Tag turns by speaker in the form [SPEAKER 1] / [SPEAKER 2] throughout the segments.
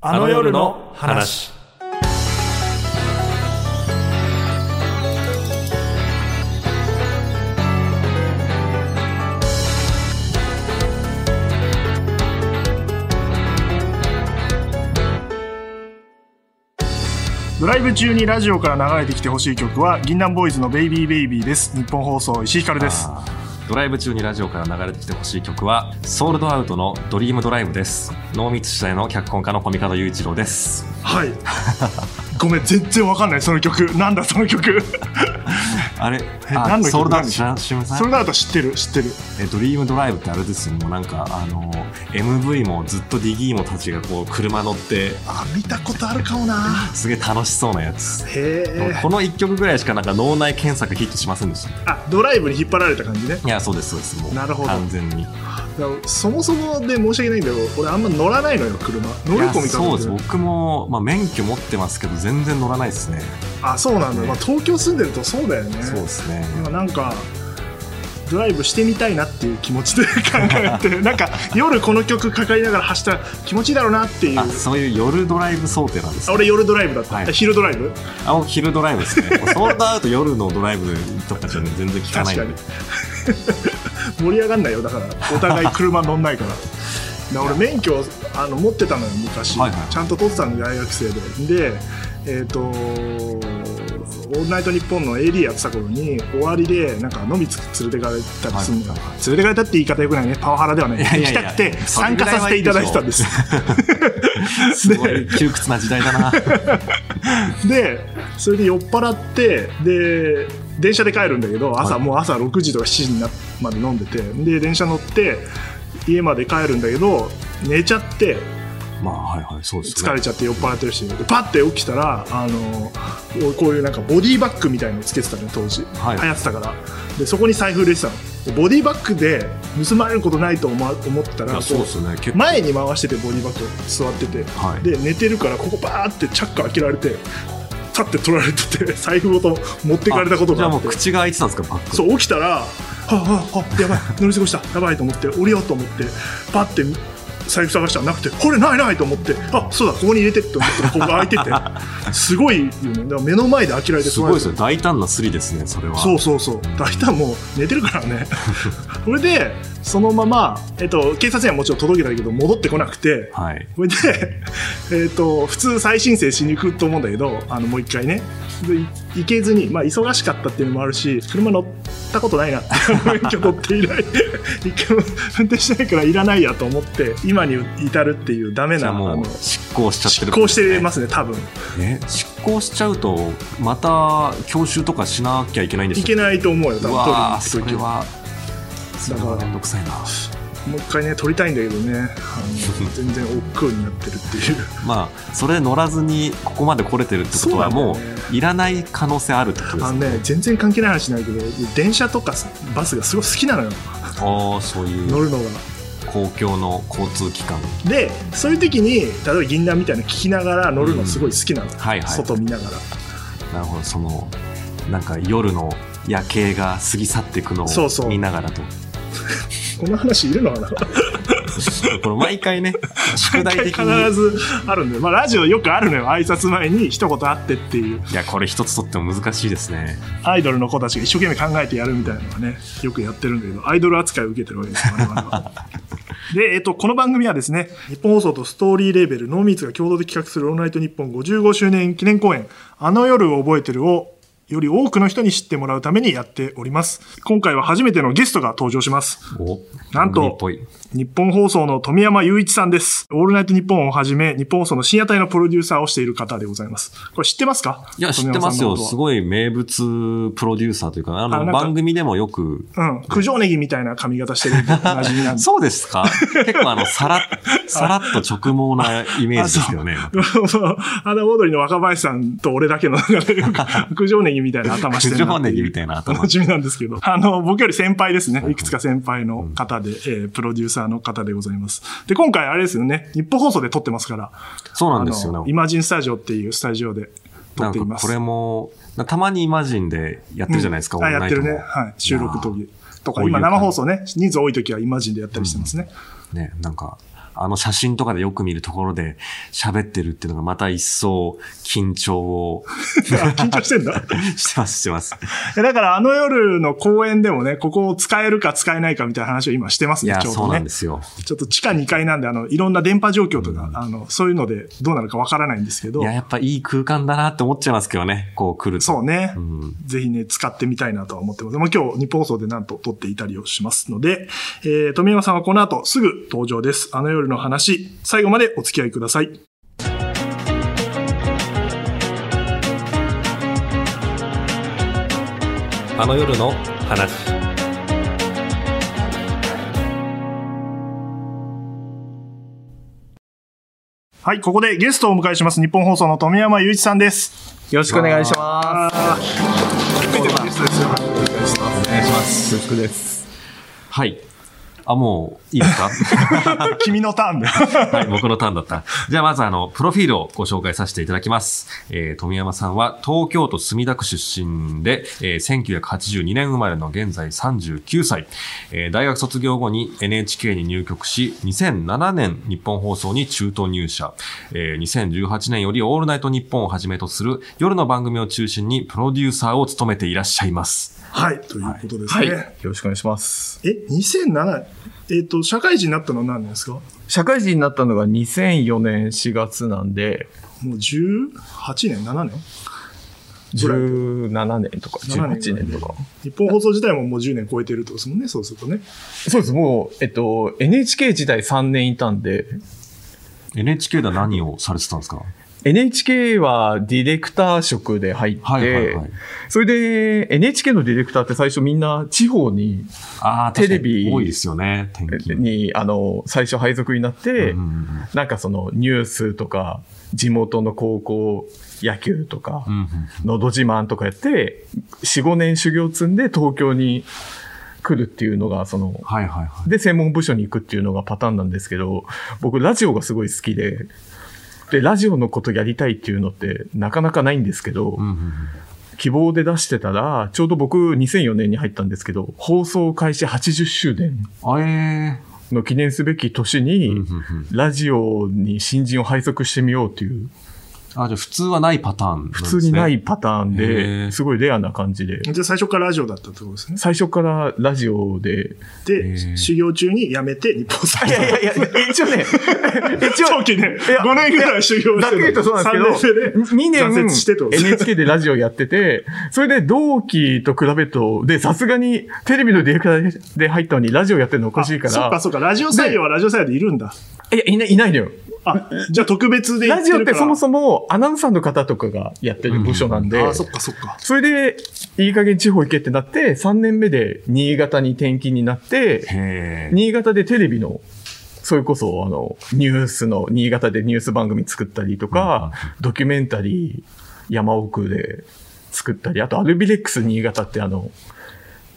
[SPEAKER 1] あの夜の話。
[SPEAKER 2] ドライブ中にラジオから流れてきてほしい曲は、銀杏ボーイズのベイビーベイビーです。日本放送、石井ひかるです。
[SPEAKER 3] あードライブ中にラジオから流れてきてほしい曲は、ソールドアウトのドリームドライブです。濃密主題の脚本家の小見門雄一郎です。
[SPEAKER 2] はい。ごめん、全然わかんない、その曲。なんだ、その曲。
[SPEAKER 3] あれ、あ
[SPEAKER 2] 何の曲
[SPEAKER 3] ソールドアウ
[SPEAKER 2] 何
[SPEAKER 3] ト知らん知りませ
[SPEAKER 2] それ
[SPEAKER 3] ん
[SPEAKER 2] だと知ってる、知ってる。
[SPEAKER 3] えドリームドライブってあれですよ、もうなんか、あの、MV もずっとディギーモたちがこう、車乗って、
[SPEAKER 2] あ、見たことあるかもな。
[SPEAKER 3] すげえ楽しそうなやつ。
[SPEAKER 2] へえ。
[SPEAKER 3] この1曲ぐらいしかなんか脳内検索ヒットしませんでした。
[SPEAKER 2] あ、ドライブに引っ張られた感じね。
[SPEAKER 3] いや、そうです、そうです。もう、
[SPEAKER 2] なるほど
[SPEAKER 3] 完全に。
[SPEAKER 2] でもそもそもで申し訳ないんだけど、俺あんま乗らないのよ、車。乗り込みた
[SPEAKER 3] そうです。
[SPEAKER 2] ね。
[SPEAKER 3] 僕も、まあ、免許持ってますけど、全然乗らないですね。
[SPEAKER 2] あ、そうなんだ。まあ、東京住んでるとそうだよね。
[SPEAKER 3] そうですね。
[SPEAKER 2] 今なんかドライブしてみたいなっていう気持ちで考え てなんか夜この曲かかりながら走ったら気持ちいいだろうなっていう
[SPEAKER 3] あ、そういう夜ドライブ想定なんです
[SPEAKER 2] あ。俺夜ドライブだった、
[SPEAKER 3] はい
[SPEAKER 2] あ昼ドライブ
[SPEAKER 3] あ、もう昼ドライブ ですね。もうソールドアウト夜のドライブとかじゃね全然聞かな
[SPEAKER 2] 確
[SPEAKER 3] い
[SPEAKER 2] か
[SPEAKER 3] ん
[SPEAKER 2] に
[SPEAKER 3] で。
[SPEAKER 2] 盛り上がんないよだからお互い車乗んないから だから俺免許あの持ってたのよ昔、
[SPEAKER 3] はいはい
[SPEAKER 2] ちゃんと取ってたのよ大学生ででえっ、とオールナイトニッポン」の AD やってた頃に終わりでなんか飲みつ連れてかれたりするのよ、
[SPEAKER 3] はい
[SPEAKER 2] 連れてかれたって言い方よくないねパワハラではない
[SPEAKER 3] いやいやいや
[SPEAKER 2] 行きたくて参加させていただいてたんです
[SPEAKER 3] すごい窮屈な時代だな。
[SPEAKER 2] でそれで酔っ払ってで電車で帰るんだけど朝、
[SPEAKER 3] はい
[SPEAKER 2] もう朝6時とか7時になまで飲んでてで電車乗って家まで帰るんだけど寝ちゃって
[SPEAKER 3] まあ、はいはい、そうです
[SPEAKER 2] 疲
[SPEAKER 3] ね
[SPEAKER 2] れ。ちゃって酔っ払ってるしでパッて起きたらあのこういうなんかボディバッグみたいのつけてたね当時、
[SPEAKER 3] はい
[SPEAKER 2] 流行ってたからでそこに財布入れてたのでボディバッグで盗まれることないと思わ思ってた
[SPEAKER 3] い
[SPEAKER 2] ら
[SPEAKER 3] や、そうですね。結構。
[SPEAKER 2] 前に回しててボディバッグを座ってて、
[SPEAKER 3] はい
[SPEAKER 2] で寝てるからここバーってチャック開けられてパッて取られて て財布ごと持ってかれたこと
[SPEAKER 3] じゃ
[SPEAKER 2] が
[SPEAKER 3] あ
[SPEAKER 2] あ
[SPEAKER 3] も
[SPEAKER 2] っ
[SPEAKER 3] う
[SPEAKER 2] て
[SPEAKER 3] 口が開いてたんですか、バック。
[SPEAKER 2] そう起きたら「はあはあはあや ばい乗り過ごしたやばい」と思って降りようと思ってパッて財布探したらなくて「これないない」と思って「あそうだここに入れて」って思ったらここが開いて てすごいよねだから目の前で開けられて
[SPEAKER 3] す
[SPEAKER 2] 取
[SPEAKER 3] ご
[SPEAKER 2] ら
[SPEAKER 3] い
[SPEAKER 2] れ
[SPEAKER 3] で
[SPEAKER 2] て
[SPEAKER 3] すね。大胆なスリですね、それは。
[SPEAKER 2] そうそうそう大体もう寝てるから ねそれでそのまま、えっと、警察にはもちろん届けたけど戻ってこなくて
[SPEAKER 3] はい。
[SPEAKER 2] それで、えー、と普通再申請しに行くと思うんだけどあのもう一回ねでい行けずに、まあ、忙しかったっていうのもあるし車乗ったことないなって 免許取って以来 一回も運転してないからいらないやと思って今に至るっていうダメ
[SPEAKER 3] じゃ
[SPEAKER 2] な
[SPEAKER 3] あ
[SPEAKER 2] あの
[SPEAKER 3] もう執行しちゃって
[SPEAKER 2] 執
[SPEAKER 3] る、。
[SPEAKER 2] 行してますすね多分
[SPEAKER 3] え、執行しちゃうと、また教習とかしなきゃいけないんでし
[SPEAKER 2] い
[SPEAKER 3] ょう
[SPEAKER 2] けないと思うよ多分
[SPEAKER 3] わー、そ
[SPEAKER 2] 取り
[SPEAKER 3] れ
[SPEAKER 2] に行く
[SPEAKER 3] は、それはめんどくさいな。
[SPEAKER 2] 時もう一回ね取りたいんだけどねあの全然億劫になってるって いう
[SPEAKER 3] まあそれ乗らずにここまで来れてるってこと
[SPEAKER 2] そ
[SPEAKER 3] は
[SPEAKER 2] うな
[SPEAKER 3] も
[SPEAKER 2] んだよね
[SPEAKER 3] ういらない可能性あるってことで
[SPEAKER 2] あ
[SPEAKER 3] す
[SPEAKER 2] の
[SPEAKER 3] ね。
[SPEAKER 2] ね全然関係ない話ないけど電車とかバスがすごい好きなのよ
[SPEAKER 3] ああそうい
[SPEAKER 2] 乗
[SPEAKER 3] う
[SPEAKER 2] るのが。
[SPEAKER 3] 公共の交通機関。
[SPEAKER 2] でそういう時に例えば銀杏みたいなの聞きながら乗るのすごい好きなの、
[SPEAKER 3] はいはい。
[SPEAKER 2] 外見ながら、
[SPEAKER 3] なるほどそのなんか夜の夜景が過ぎ去っていくの
[SPEAKER 2] そうそ
[SPEAKER 3] を
[SPEAKER 2] う
[SPEAKER 3] 見ながらと。
[SPEAKER 2] この話いるのかな
[SPEAKER 3] これ毎 回ね宿題的
[SPEAKER 2] 必
[SPEAKER 3] に。
[SPEAKER 2] ずあるんで、まあ、ラジオよくあるのよ挨拶前に一言あってっていう
[SPEAKER 3] いやこれ一つとっても難しいですね。
[SPEAKER 2] アイドルの子たちが一生懸命考えてやるみたいなのはねよくやってるんだけどアイドル扱いを受けてるわけですよ我々はで、えっと、この番組はですね、日本放送とストーリーレーベル、ノーミーツが共同で企画するオールナイトニッポン55周年記念公演、あの夜を覚えてるを、より多くの人に知ってもらうためにやっております。今回は初めてのゲストが登場します。
[SPEAKER 3] お
[SPEAKER 2] なんと
[SPEAKER 3] 番組っぽい
[SPEAKER 2] 日本放送の富山雄一さんです。オールナイトニッポンをはじめ、日本放送の深夜帯のプロデューサーをしている方でございます。これ知ってますか
[SPEAKER 3] いや知ってますよす
[SPEAKER 2] すごい。
[SPEAKER 3] ごい名物プロデューサーというかあ
[SPEAKER 2] あなんか
[SPEAKER 3] の番組でもよく
[SPEAKER 2] うん。九条ネギみたいな髪型してるのと同じなんで。
[SPEAKER 3] そうですか結構あの、さら、さらっと直毛なイメージですよね。
[SPEAKER 2] あの、オードリーの若林さんと俺だけの 中で、九条ネギみたいな頭して
[SPEAKER 3] 九
[SPEAKER 2] る
[SPEAKER 3] 条ネギみ
[SPEAKER 2] い
[SPEAKER 3] たいな頭
[SPEAKER 2] 楽。しみなんですけど。あの、僕より先輩ですね。いくつか先輩の方で、えープロデューサーの方でございます。で、今回あれですよね。日本放送で撮ってますから。
[SPEAKER 3] そうなんですよ
[SPEAKER 2] あの
[SPEAKER 3] ね
[SPEAKER 2] イ。マジンスタジオっていうスタジオで撮
[SPEAKER 3] な
[SPEAKER 2] っ
[SPEAKER 3] ん
[SPEAKER 2] てい
[SPEAKER 3] か
[SPEAKER 2] ます。
[SPEAKER 3] これも、なたまにイマジンでやってるじゃないですか、
[SPEAKER 2] うんあ、やってるね。
[SPEAKER 3] オールナイトも
[SPEAKER 2] はい。収録時とか、
[SPEAKER 3] こういう
[SPEAKER 2] 今
[SPEAKER 3] 感じ
[SPEAKER 2] 生放送ね、人数多い時はイマジンでやったりしてますね。
[SPEAKER 3] ね、なんか、あの写真とかでよく見るところで喋ってるっていうのがまた一層緊 張を
[SPEAKER 2] 緊張してんだ。
[SPEAKER 3] してます、してます。
[SPEAKER 2] えだからあの夜の公演でもね、ここを使えるか使えないかみたいな話を今してます
[SPEAKER 3] い
[SPEAKER 2] ね、
[SPEAKER 3] や、
[SPEAKER 2] ちょう
[SPEAKER 3] そう
[SPEAKER 2] ど
[SPEAKER 3] な
[SPEAKER 2] ね
[SPEAKER 3] んで。すよ。
[SPEAKER 2] ちょっと地下2階なんで、あの、いろんな電波状況とか、あの、そういうのでどうなるかわからないんですけど
[SPEAKER 3] い、や、やっぱいい空間だなって思っちゃいますけどね、こう来ると。
[SPEAKER 2] そうね。
[SPEAKER 3] ん
[SPEAKER 2] ぜひね、使ってみたいなとは思ってます。まあ、今日、日本放送でなんと撮っていたりをしますので、えー、富山さんはこの後すぐ登場です。あの夜の話、最後までお付き合いください。
[SPEAKER 3] あの夜の話。
[SPEAKER 2] はい、ここでゲストをお迎えします。日本放送の富山雄一さんです。
[SPEAKER 4] よろしくお願いします。
[SPEAKER 2] 初めてのゲストですよ。お願いします。
[SPEAKER 4] お願いします。よろしくです。
[SPEAKER 3] はい。あ、もう、いいで すか
[SPEAKER 2] 君のターンで。
[SPEAKER 3] はい、僕のターンだった。じゃあまずあの、プロフィールをご紹介させていただきます。えー、富山さんは東京都墨田区出身で、えー、1982年生まれの現在39歳。えー、大学卒業後に NHK に入局し、2007年日本放送に中途入社。えー、2018年よりオールナイト日本をはじめとする夜の番組を中心にプロデューサーを務めていらっしゃいます。
[SPEAKER 2] はい、ということです
[SPEAKER 4] はい。
[SPEAKER 2] ね。
[SPEAKER 4] よろしくお願いします。
[SPEAKER 2] え、2007、えっ、と、社会人になったのは何年ですかも
[SPEAKER 4] 社会人になったのが2004年4月なんで、
[SPEAKER 2] う18年、7年ぐらい
[SPEAKER 4] 17年とか18年とか。
[SPEAKER 2] 日本放送自体ももう10年超えてるってことですもんね、そうするとね。
[SPEAKER 4] そうです。もう、えっと、NHK 時代3年いたんで、
[SPEAKER 3] NHK では何をされてたんですか
[SPEAKER 4] NHK はディレクター職で入って、
[SPEAKER 3] はいはいはい。
[SPEAKER 4] それで NHK のディレクターって最初みんな地方に、
[SPEAKER 3] ああ、
[SPEAKER 4] テレ
[SPEAKER 3] 確
[SPEAKER 4] ビ
[SPEAKER 3] かに多いですよね、転勤。
[SPEAKER 4] に、あの、最初配属になって、
[SPEAKER 3] うんうん
[SPEAKER 4] なんかそのニュースとか、地元の高校野球とか、
[SPEAKER 3] うんうんうん
[SPEAKER 4] のど自慢とかやって、4、5年修行積んで東京に来るっていうのが、その、
[SPEAKER 3] はいはいはい。
[SPEAKER 4] で、専門部署に行くっていうのがパターンなんですけど、僕、ラジオがすごい好きで、で、ラジオのことやりたいっていうのってなかなかないんですけど、
[SPEAKER 3] うんうんうん
[SPEAKER 4] 希望で出してたら、ちょうど僕2004年に入ったんですけど、放送開始80周年
[SPEAKER 3] あえ
[SPEAKER 4] の記念すべき年
[SPEAKER 3] ー、
[SPEAKER 4] に、ラジオに新人を配属してみようっていう、
[SPEAKER 3] あ、じゃあ普通はないパターン、
[SPEAKER 4] 普通にな。いパターン
[SPEAKER 3] へー
[SPEAKER 4] で、すごいレアな感じで。
[SPEAKER 2] じゃあ最初からラジオだったってことですね。
[SPEAKER 4] 最初からラジオで、
[SPEAKER 2] で、
[SPEAKER 3] へー
[SPEAKER 2] 修行中に辞めて日本放送。
[SPEAKER 4] いやいやいや、一応 ね、一応、
[SPEAKER 2] 長期ね、
[SPEAKER 4] いや
[SPEAKER 2] 5年ぐらい修行してる
[SPEAKER 4] ざっくり言うとそうなんですけ
[SPEAKER 2] 3年
[SPEAKER 4] ど、2年
[SPEAKER 2] 挫折してってことですね
[SPEAKER 4] NHK でラジオやってて、それで同期と比べると、で、さすがにテレビのディレクターで入ったのにラジオやってるのおかしいか、
[SPEAKER 2] あそっからそっか、ラジオ採用はラジオ採用でいるんだ。
[SPEAKER 4] いや、いない、いないのよ。
[SPEAKER 2] あ、じゃあ特別で言って
[SPEAKER 4] ラジオっ
[SPEAKER 2] るか
[SPEAKER 4] て
[SPEAKER 2] ら。
[SPEAKER 4] そもそもアナウンサーの方とかがやってる部署なんで、
[SPEAKER 2] あ、そっかそっか。
[SPEAKER 4] それで、いい加減地方行けってなって、3年目で新潟に転勤になって、
[SPEAKER 3] へえ。
[SPEAKER 4] 新潟でテレビの、それこそ、あの、ニュースの、新潟でニュース番組作ったりとか、ドキュメンタリー、山奥で作ったり、あと、アルビレックス新潟って、あの、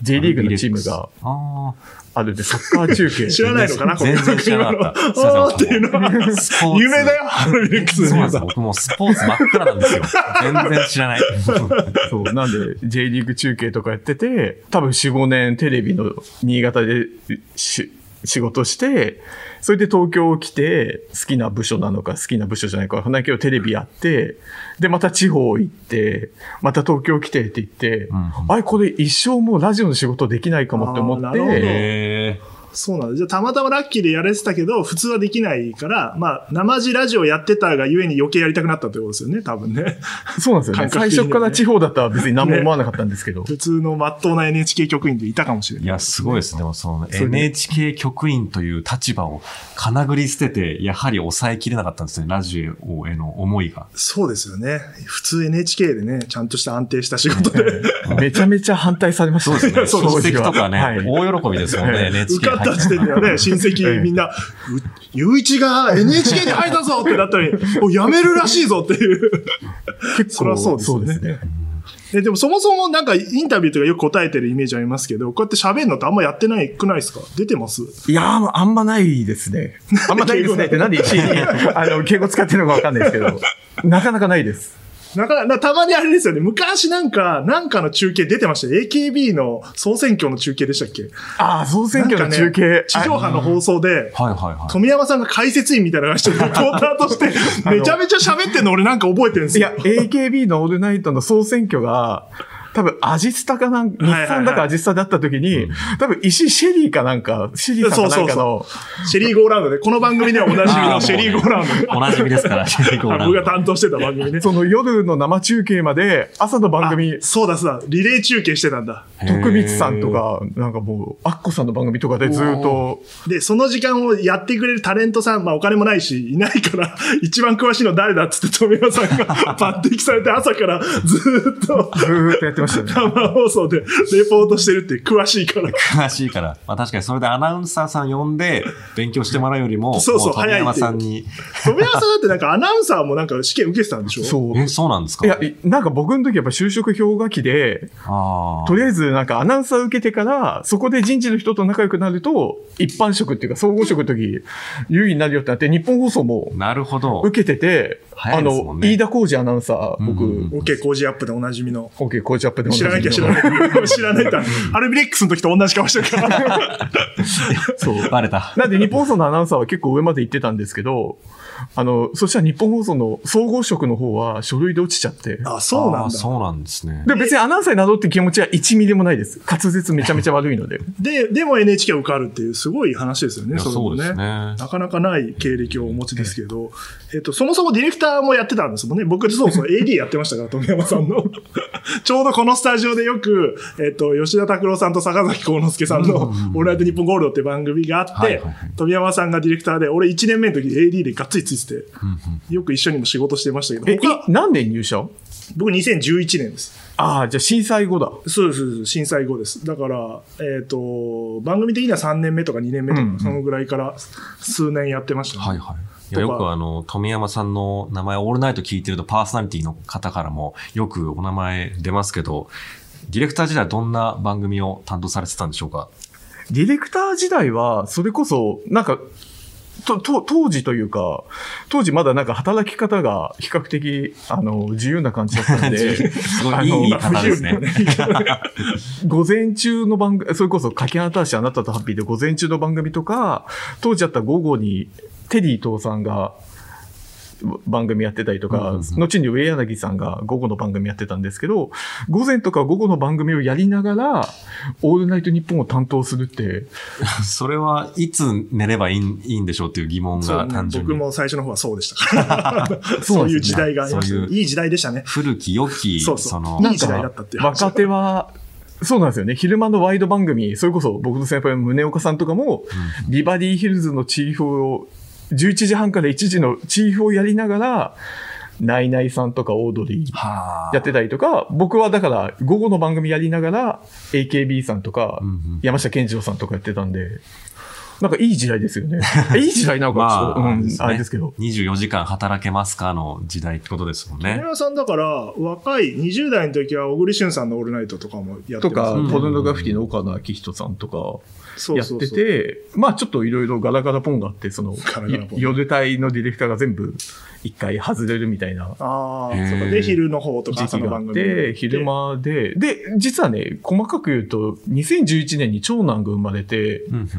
[SPEAKER 4] J リーグのチームが
[SPEAKER 3] あ
[SPEAKER 4] あるんで、サッカー中継。
[SPEAKER 2] 知らないのかな、この
[SPEAKER 3] 全然知らなかったすいません
[SPEAKER 2] あーっていうのは。
[SPEAKER 3] あ。スポーツ
[SPEAKER 2] 夢だよ、ハルビレックス
[SPEAKER 3] そうなんですよ。
[SPEAKER 2] さ
[SPEAKER 3] 僕もうスポーツ真っ暗なんですよ。全然知らない。
[SPEAKER 4] そう、なんで、J リーグ中継とかやってて、多分4、5年テレビの新潟でし仕事して、それで東京来て、好きな部署なのか好きな部署じゃないかわかんないけど、テレビやって、で、また地方行って、また東京来てって言って、
[SPEAKER 3] んうん
[SPEAKER 4] あれ、これ一生もうラジオの仕事できないかもって思
[SPEAKER 2] あ
[SPEAKER 4] っ
[SPEAKER 2] ーなるほ
[SPEAKER 4] て、
[SPEAKER 3] へえ。
[SPEAKER 2] そうなんだ。じゃあ、たまたまラッキーでやれてたけど、普通はできないから、まあ、生地ラジオやってたがゆえに余計やりたくなったってことですよね、多分ね。
[SPEAKER 4] そうなんですよね。
[SPEAKER 2] 感覚
[SPEAKER 4] 最
[SPEAKER 2] 的には
[SPEAKER 4] 初
[SPEAKER 2] ね
[SPEAKER 4] から地方だったら別に何も思わなかったんですけど。
[SPEAKER 2] 普通の真っ当な NHK 局員でいたかもしれない
[SPEAKER 3] い。や、すごいですね。でもその
[SPEAKER 4] それで
[SPEAKER 3] NHK 局員という立場をかなぐり捨てて、やはり抑えきれなかったんですね。ラジオへの思い が。
[SPEAKER 2] そうですよね。普通 NHK でね、ちゃんとした安定した仕事 で、
[SPEAKER 4] めちゃめちゃ反対されました
[SPEAKER 3] そうですね。
[SPEAKER 4] 当
[SPEAKER 3] 親
[SPEAKER 4] 時は
[SPEAKER 3] 戚とかね、
[SPEAKER 4] はい
[SPEAKER 3] 大喜びですもんね、
[SPEAKER 2] 受
[SPEAKER 3] NHK
[SPEAKER 2] かった時点ではね、親戚みんな、う雄一が NHK に入ったぞってなったのに、もう辞めるらしいぞっていう。
[SPEAKER 4] 結
[SPEAKER 2] そりゃそうですよね
[SPEAKER 4] そうですね。
[SPEAKER 2] えでもそもそもなんかインタビューとかよく答えてるイメージありますけど、こうやって喋るのってあんまやってないくないですか出てます
[SPEAKER 4] いやー、あんまないです ね。 あんまないですねって、なんで一位に、あの、敬語使ってるのかわかんないですけど、なかなかないです。
[SPEAKER 2] なかなか、たまにあれですよね。昔なんか、なんかの中継出てましたよ。AKB の総選挙の中継でしたっけ
[SPEAKER 4] ああ、総選挙の中
[SPEAKER 2] なんかね
[SPEAKER 4] 継。
[SPEAKER 2] 地上波の放送で、
[SPEAKER 3] はいはいはい。
[SPEAKER 2] 富山さんが解説員みたいな話で、リポーターとして、めちゃめちゃ喋ってんの俺なんか覚えてるんです
[SPEAKER 4] い
[SPEAKER 2] よ
[SPEAKER 4] や、。AKB のオールナイトの総選挙が、多分、アジスタかなんか、
[SPEAKER 2] はい
[SPEAKER 4] 日
[SPEAKER 2] はい
[SPEAKER 4] 産だかアジスタだった時に、多分、石井シェリーかなんか、シェリーさんかなんかの、
[SPEAKER 2] シェリー・ゴーラウンドで、この番組ではおなじみ
[SPEAKER 3] あーもう
[SPEAKER 2] の
[SPEAKER 3] ね
[SPEAKER 2] シェリー・ゴーラウンド。
[SPEAKER 3] おなじみですから、シェリーゴーラ
[SPEAKER 2] あ
[SPEAKER 3] ン
[SPEAKER 2] 僕
[SPEAKER 3] ド
[SPEAKER 2] が担当してた番組ね。
[SPEAKER 4] その夜の生中継まで、朝の番組
[SPEAKER 2] あ、そうだそうだ、リレー中継してたんだ。
[SPEAKER 4] 徳光さんとか、なんかもう、アッコさんの番組とかでずっと、
[SPEAKER 2] で、その時間をやってくれるタレントさん、まあお金もないし、いないから、 一番詳しいの誰だっつって富山さんが抜擢されて朝からずーっと
[SPEAKER 4] ずーっとやってました よね。
[SPEAKER 2] 生放送でレポートしてるって詳しいから。
[SPEAKER 3] 詳しいから。まあ確かにそれでアナウンサーさん呼んで勉強してもらうよりも、
[SPEAKER 2] そうそう
[SPEAKER 3] も富山さんに。
[SPEAKER 2] 富山さんだってなんかアナウンサーもなんか試験受けてたんでしょ
[SPEAKER 4] そう。
[SPEAKER 3] え、そうなんですか
[SPEAKER 4] いや、いなんか僕の時やっぱ就職氷河期で、
[SPEAKER 3] あ
[SPEAKER 4] とりあえずなんかアナウンサー受けてから、そこで人事の人と仲良くなると、一般職っていうか総合職の時、優位になるよってなって、日本放送も
[SPEAKER 3] あ。なるほど。
[SPEAKER 4] 受けてて、
[SPEAKER 3] 早
[SPEAKER 4] あ
[SPEAKER 3] いですも
[SPEAKER 4] の
[SPEAKER 3] ん、ね
[SPEAKER 4] 飯田浩二アナウンサー、僕、
[SPEAKER 3] うん
[SPEAKER 2] OK 工事アップでおなじみの。
[SPEAKER 4] OK、コーチアップで
[SPEAKER 2] 知らなきゃ知ら
[SPEAKER 4] い。
[SPEAKER 2] ない。知らないと。アルビレックスの時と同じ顔してるから。
[SPEAKER 3] そう。バレた。
[SPEAKER 4] なんで日本放送のアナウンサーは結構上まで行ってたんですけど、あの、そしたら日本放送の総合職の方は書類で落ちちゃって。
[SPEAKER 2] あ、そうな
[SPEAKER 3] あー
[SPEAKER 2] んだ。
[SPEAKER 3] そうなんですね。
[SPEAKER 4] で、別にアナウンサーになろうって気持ちは1ミリもないです。滑舌めちゃめちゃ悪いので。
[SPEAKER 2] で、でも NHK 受かるっていうすごい話ですよ
[SPEAKER 3] い
[SPEAKER 2] ね、
[SPEAKER 3] や
[SPEAKER 2] れも
[SPEAKER 3] そうですね。
[SPEAKER 2] なかなかない経歴をお持ちですけど、えっと、そもそもディレクターもやってたんですもんね。僕、そうそう、AD やってましたから、富山さんの。 ちょうどこのスタジオでよく、えっと、吉田拓郎さんと坂崎幸之助さんの、オールナイトニッポンゴールドっていう番組があって、
[SPEAKER 3] はいはいはい
[SPEAKER 2] 富山さんがディレクターで、俺1年目の時 AD でがっつりついてて、よく一緒にも仕事してました
[SPEAKER 4] え、
[SPEAKER 2] け
[SPEAKER 4] い
[SPEAKER 2] ど、僕
[SPEAKER 4] 何年入社
[SPEAKER 2] 僕2011年です。
[SPEAKER 4] ああ、じゃあ震災後だ。
[SPEAKER 2] そうですそうです、震災後です。だから、えっ、と、番組的には3年目とか2年目とか、そのぐらいから数年やってましたね、
[SPEAKER 3] はいはい。いや
[SPEAKER 2] とか
[SPEAKER 3] よくあの、富山さんの名前、オールナイト聞いてるとパーソナリティの方からもよくお名前出ますけど、ディレクター時代どんな番組を担当されてたんでしょうか
[SPEAKER 4] ディレクター時代は、それこそ、なんか、と、と、当時というか、当時まだなんか働き方が比較的、あの、自由な感じだ ったんで、
[SPEAKER 3] すご
[SPEAKER 4] あ
[SPEAKER 3] いいい
[SPEAKER 4] の
[SPEAKER 3] 言い 方ですね。
[SPEAKER 4] 午前中の番組、それこそ、かけあなたしあなたとハッピーで午前中の番組とか、当時あった午後に、テリー伊藤さんが、番組やってたりとか、
[SPEAKER 3] うんうんうん
[SPEAKER 4] 後に上柳さんが午後の番組やってたんですけど、午前とか午後の番組をやりながら、オールナイトニッポンを担当するって、
[SPEAKER 3] それはいつ寝ればいいんいいんでしょうっていう疑問
[SPEAKER 2] そう
[SPEAKER 3] が単純
[SPEAKER 2] 僕
[SPEAKER 3] に。
[SPEAKER 2] も最初の方はそうでした から。そういう時代がありましたね
[SPEAKER 3] そういう
[SPEAKER 2] いい時代でしたね。
[SPEAKER 3] 古き良き、
[SPEAKER 2] そうそう
[SPEAKER 3] その、
[SPEAKER 2] いい時代だったっていう話
[SPEAKER 4] 若手は、そうなんですよね。昼間のワイド番組、それこそ僕の先輩の宗岡さんとかも、ビバリーヒルズのチーフを、11時半から1時のチーフをやりながら、ナイナイさんとかオードリー
[SPEAKER 3] はあ
[SPEAKER 4] やってたりとか、僕はだから午後の番組やりながら、AKB さんとか
[SPEAKER 3] うんうん、
[SPEAKER 4] 山下健二郎さんとかやってたんで、なんかいい時代です よね。いい時代なのか、ちょっとうんあれですけど。
[SPEAKER 3] 24時間働けますかの時代ってことですもん
[SPEAKER 2] 富
[SPEAKER 3] ね。
[SPEAKER 2] 山さんだから、若い20代の時は小栗旬さんのオールナイトとかもやって
[SPEAKER 4] と
[SPEAKER 2] ま
[SPEAKER 4] か
[SPEAKER 2] すね、
[SPEAKER 4] ポルノグラフィティの岡野昭仁さんとか、
[SPEAKER 2] そう
[SPEAKER 4] やっ
[SPEAKER 2] そう
[SPEAKER 4] て
[SPEAKER 2] そう
[SPEAKER 4] て、まあちょっといろいろガラガラポンがあって、その
[SPEAKER 2] ガラガラ、ポン
[SPEAKER 4] 夜帯のディレクターが全部一回外れるみたいな
[SPEAKER 2] あ
[SPEAKER 3] へ
[SPEAKER 2] あ、
[SPEAKER 3] ー
[SPEAKER 2] そうか。で、昼の方とか
[SPEAKER 4] 時
[SPEAKER 2] 朝
[SPEAKER 4] 期
[SPEAKER 2] の
[SPEAKER 4] があ
[SPEAKER 2] 番
[SPEAKER 4] っ
[SPEAKER 2] 組
[SPEAKER 4] て、昼。間で、で、実はね、細かく言うと、2011年に長男が生まれて、
[SPEAKER 3] うんうんうん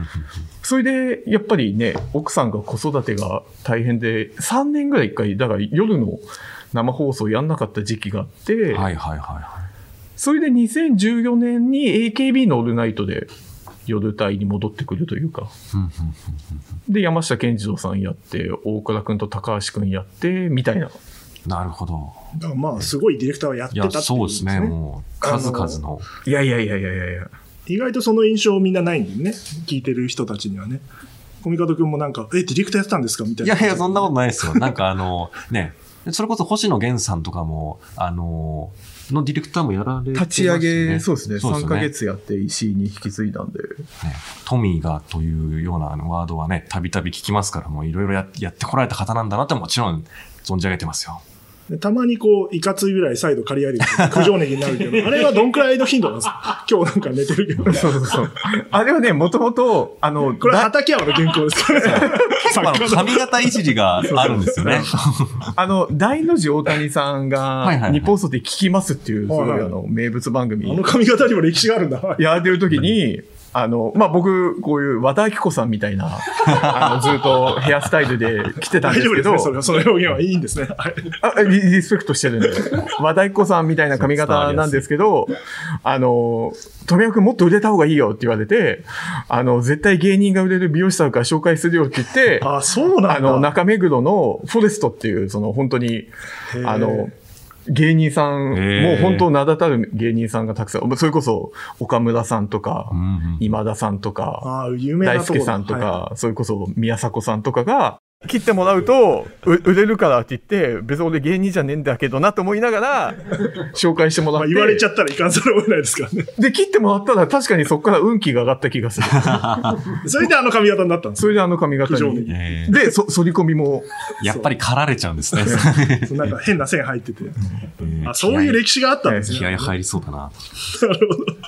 [SPEAKER 4] それで、やっぱりね、奥さんが子育てが大変で、3年ぐらい一回、だから夜の生放送やんなかった時期があって、
[SPEAKER 3] はいはいはいは
[SPEAKER 4] それで2014年に AKB のオールナイトで夜帯に戻ってくるというか。
[SPEAKER 3] いうんうん。
[SPEAKER 4] で、山下健二郎さんやって、大倉くんと高橋くんやって、みたいな。
[SPEAKER 3] なるほど。
[SPEAKER 2] だからまあ、すごいディレクターはやっ
[SPEAKER 3] い
[SPEAKER 2] てたっ
[SPEAKER 3] や、
[SPEAKER 2] てい
[SPEAKER 3] そうですね。もう、数々の。
[SPEAKER 4] いやいやいやいやいやいや。
[SPEAKER 2] 意外とその印象みんなないんでね。聞いてる人たちにはね。コミカド君もなんか、え、ディレクターやってたんですかみたい
[SPEAKER 3] い
[SPEAKER 2] な。
[SPEAKER 3] やいや、そんなことないですよ。なんかあの、ね、それこそ星野源さんとかも、あの、のディレクターもやられてますよね。
[SPEAKER 4] 立ち上げ、そうですね。
[SPEAKER 3] よ
[SPEAKER 4] 3ヶ月やって石井に引き継いだんで。
[SPEAKER 3] ね、トミーがというようなあのワードはね、たびたび聞きますから、もういろいろややってこられた方なんだなってもちろん存じ上げてますよ。
[SPEAKER 2] でたまにこう、いかついぐらい再度借り上げて、苦情ネギになるけど、あれはどんくらいの頻度なんですか 今日なんか寝てるけど。
[SPEAKER 4] そうそうそう。あれはね、もともと、あの、
[SPEAKER 2] これ、
[SPEAKER 4] だ
[SPEAKER 2] 畠山の原稿ですからね。
[SPEAKER 5] 結構あの髪型いじりがあるんですよ ね。
[SPEAKER 4] あの、大の字大谷さん
[SPEAKER 5] いはいは
[SPEAKER 4] が、
[SPEAKER 5] い
[SPEAKER 4] 日本放送で聞きますっていう、
[SPEAKER 2] はい
[SPEAKER 4] そう
[SPEAKER 2] はい
[SPEAKER 4] いうあの、名物番組
[SPEAKER 2] あの髪型にも歴史があるんだ。はい
[SPEAKER 4] やってる時に、あの、まあ、僕、こういう和田アキ子さんみた いな、あの、ずっとヘアスタイルで来てた
[SPEAKER 2] 大
[SPEAKER 4] んです
[SPEAKER 2] 丈夫
[SPEAKER 4] け
[SPEAKER 2] です
[SPEAKER 4] ど
[SPEAKER 2] ね。、それは、その表現はいいんですね。はい
[SPEAKER 4] あリリスペクトしてるんで、和田アキ子さんみたいな髪型なんですけど、あの、富山くんもっと売れた方がいいよって言われて、あの、絶対芸人が売れる美容師さんから紹介するよって言って、
[SPEAKER 2] あ、そうな
[SPEAKER 4] あ
[SPEAKER 2] ん
[SPEAKER 4] の、
[SPEAKER 2] だ。
[SPEAKER 4] 中目黒のフォレストっていう、その本当に、
[SPEAKER 2] ー
[SPEAKER 4] あの、芸人さん、
[SPEAKER 3] へー
[SPEAKER 4] もう本当名だたる芸人さんがたくさん、それこそ岡村さんとか、今田さんとか、
[SPEAKER 2] あ有名なと
[SPEAKER 4] 大
[SPEAKER 2] こ
[SPEAKER 4] 輔
[SPEAKER 2] ろ
[SPEAKER 4] さんとか、
[SPEAKER 2] は
[SPEAKER 4] それこそ宮迫さんとかが、切ってもらうと、う売れるからって言って、別に俺芸人じゃねえんだけどなと思いながら、紹介してもら
[SPEAKER 2] いま
[SPEAKER 4] っ
[SPEAKER 2] あ
[SPEAKER 4] て。
[SPEAKER 2] 言われちゃったらいかんざるを得ないですからね。
[SPEAKER 4] で、切ってもらったら確かにそこから運気が上がった気がする。
[SPEAKER 2] それであの髪型になったんです
[SPEAKER 4] それであの髪型
[SPEAKER 2] 苦情
[SPEAKER 4] に。
[SPEAKER 2] に。
[SPEAKER 5] え
[SPEAKER 4] で、そ、反り込みも。
[SPEAKER 5] ーやっぱり狩られちゃうんですね。
[SPEAKER 2] そうなんか変な線入ってて。
[SPEAKER 5] うん
[SPEAKER 2] あ、そういう歴史があったんですね。
[SPEAKER 5] 気合入りそうだな。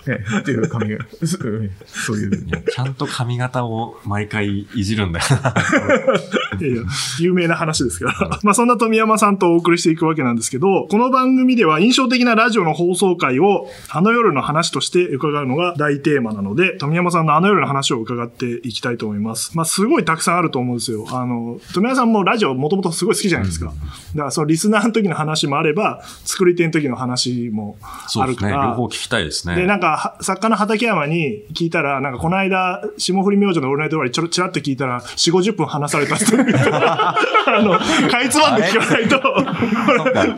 [SPEAKER 4] ねっていう髪が、すうんそういう
[SPEAKER 5] い。やちゃんと髪型を毎回いじるんだよ な。
[SPEAKER 2] いやいや、有名な話ですから。まあそんな富山さんとお送りしていくわけなんですけど、この番組では印象的なラジオの放送回を、あの夜の話として伺うのが大テーマなので、富山さんのあの夜の話を伺っていきたいと思います。まあすごいたくさんあると思うんですよ。あの、富山さんもラジオもともとすごい好きじゃないですか。だからそのリスナーの時の話もあれば、作り手の時の話も
[SPEAKER 3] そ
[SPEAKER 2] あ
[SPEAKER 3] うで
[SPEAKER 2] る
[SPEAKER 3] す
[SPEAKER 2] か
[SPEAKER 3] ね。
[SPEAKER 2] ら。
[SPEAKER 3] 両方聞きたいです
[SPEAKER 2] で、
[SPEAKER 3] ね。
[SPEAKER 2] なんか、は作家の畠山に聞いたら、なんか、この間、霜降り明星のオールナイト終わり、ちょろ、ちらっと聞いたら、4、50分話されたっていう あの、かいつまんで聞かないと。
[SPEAKER 5] か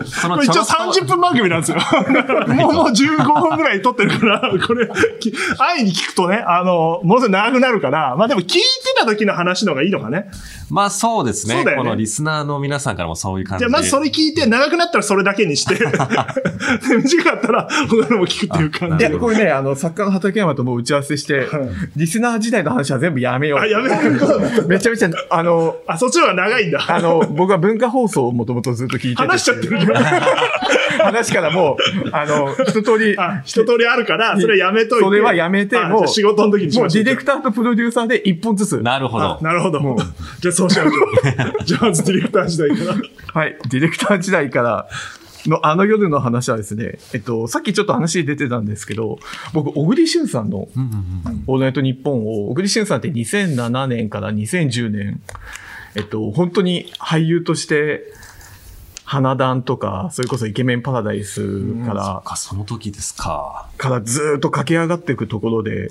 [SPEAKER 5] その
[SPEAKER 2] これ一応
[SPEAKER 5] ちょろっと
[SPEAKER 2] 30分番組なんですよ。 もう、もう15分ぐらい撮ってるから、これ、き愛に聞くとね、あの、ものすごい長くなるから、まあでも聞いてた時の話の方がいいのかね。
[SPEAKER 5] まあそうです
[SPEAKER 2] そ
[SPEAKER 5] ね
[SPEAKER 2] うだよ
[SPEAKER 5] こ
[SPEAKER 2] ね
[SPEAKER 5] のリスナーの皆さんからもそういう感
[SPEAKER 2] じ
[SPEAKER 5] じ
[SPEAKER 2] ゃ
[SPEAKER 5] で。
[SPEAKER 2] あ、まずそれ聞いて、長くなったらそれだけ にして、で短かったら、他のも聞くっていう感
[SPEAKER 4] い
[SPEAKER 2] じ。
[SPEAKER 4] や、これね、あの、作家の畠山ともう打ち合わせして、リスナー時代の話は全部やめよ
[SPEAKER 2] あ、や
[SPEAKER 4] う。
[SPEAKER 2] べえ。
[SPEAKER 4] めちゃめちゃ、あの、
[SPEAKER 2] あ、そっちの方が長いんだ。
[SPEAKER 4] あの、僕は文化放送をもともとずっと聞いてて。
[SPEAKER 2] 話しちゃってる。
[SPEAKER 4] 話からもう、あの、一通り、
[SPEAKER 2] あ、一通りあるから、それやめといて。
[SPEAKER 4] それはやめて
[SPEAKER 2] あ
[SPEAKER 4] もう
[SPEAKER 2] じゃあ仕事の時にし
[SPEAKER 4] もう
[SPEAKER 2] ましょ
[SPEAKER 4] デ
[SPEAKER 2] う
[SPEAKER 4] ィレクターとプロデューサーで一本ずつ。
[SPEAKER 5] なるほど。
[SPEAKER 2] なるほど。じゃあそうしよ う。じゃあまずディレクター時代から。
[SPEAKER 4] はい。ディレクター時代からのあの夜の話はですね、えっと、さっきちょっと話出てたんですけど、僕、小栗旬さんの、オールナイトニッポンを、小栗旬さんって2007年から2010年、えっと、本当に俳優として、花壇とか、それこそイケメンパラダイスから、
[SPEAKER 5] かその時ですか。
[SPEAKER 4] からずーっと駆け上がっていくところで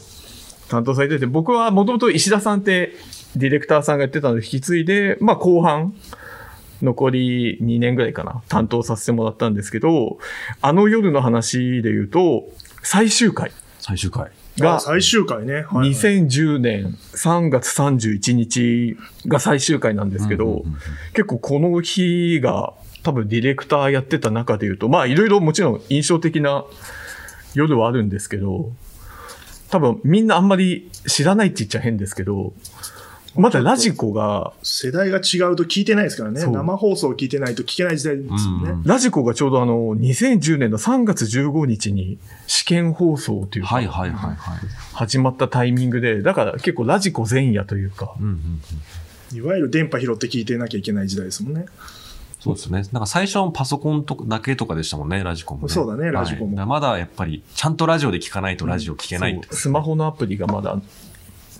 [SPEAKER 4] 担当されてて、僕はもともと石田さんってディレクターさんがやってたのを引き継いで、まあ後半、残り2年ぐらいかな、担当させてもらったんですけど、あの夜の話で言うと、最終回
[SPEAKER 5] 最終回。
[SPEAKER 4] が
[SPEAKER 2] 最終回ね。はいはい
[SPEAKER 4] 2010年3月31日が最終回なんですけど、結構この日が多分ディレクターやってた中で言うと、まあいろいろもちろん印象的な夜はあるんですけど、多分みんなあんまり知らないって言っちゃ変ですけど、まだラジコが、
[SPEAKER 2] 世代が違うと聞いてないですからね。
[SPEAKER 4] そう
[SPEAKER 2] 生放送を聞いてないと聞けない時代ですよ
[SPEAKER 5] うん
[SPEAKER 2] ね。
[SPEAKER 4] ラジコがちょうどあの2010年の3月15日に試験放送というか
[SPEAKER 5] はいはいはいはい。
[SPEAKER 4] 始まったタイミングで、だから結構ラジコ前夜というか、
[SPEAKER 5] うんうんうん
[SPEAKER 2] いわゆる電波拾って聞いてなきゃいけない時代ですもんね。
[SPEAKER 5] そうですよね。なんか最初はパソコンとかだけとかでしたもんね、ラジコンも、ね。
[SPEAKER 2] そうだね
[SPEAKER 5] はい
[SPEAKER 2] ラジコンも
[SPEAKER 5] だからまだやっぱり、ちゃんとラジオで聞かないとラジオ聞けないって。
[SPEAKER 4] そうスマホのアプリがまだ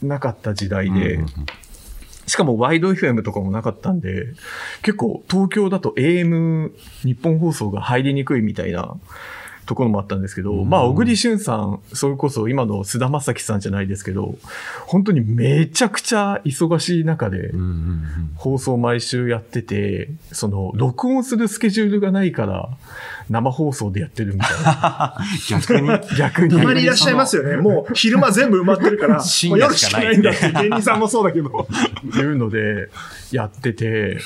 [SPEAKER 4] なかった時代で、
[SPEAKER 5] うんうんうん
[SPEAKER 4] しかもワイド FM とかもなかったんで、結構東京だと AM 日本放送が入りにくいみたいなところもあったんですけど、まあ小栗旬さん、それこそ今の菅田将暉さんじゃないですけど、本当にめちゃくちゃ忙しい中で、
[SPEAKER 5] うんうんうん
[SPEAKER 4] 放送毎週やってて、その、録音するスケジュールがないから、生放送でやってるみた いな。
[SPEAKER 5] 逆に、
[SPEAKER 4] 逆に。
[SPEAKER 2] たまにいらっしゃいますよね。もう昼間全部埋まってる から、も
[SPEAKER 5] 深
[SPEAKER 2] う
[SPEAKER 5] 夜
[SPEAKER 2] 夜
[SPEAKER 5] し
[SPEAKER 2] し
[SPEAKER 5] か
[SPEAKER 2] か
[SPEAKER 5] な
[SPEAKER 2] ないいんだって。芸人さんもそうだけど。
[SPEAKER 4] いうのでやってて、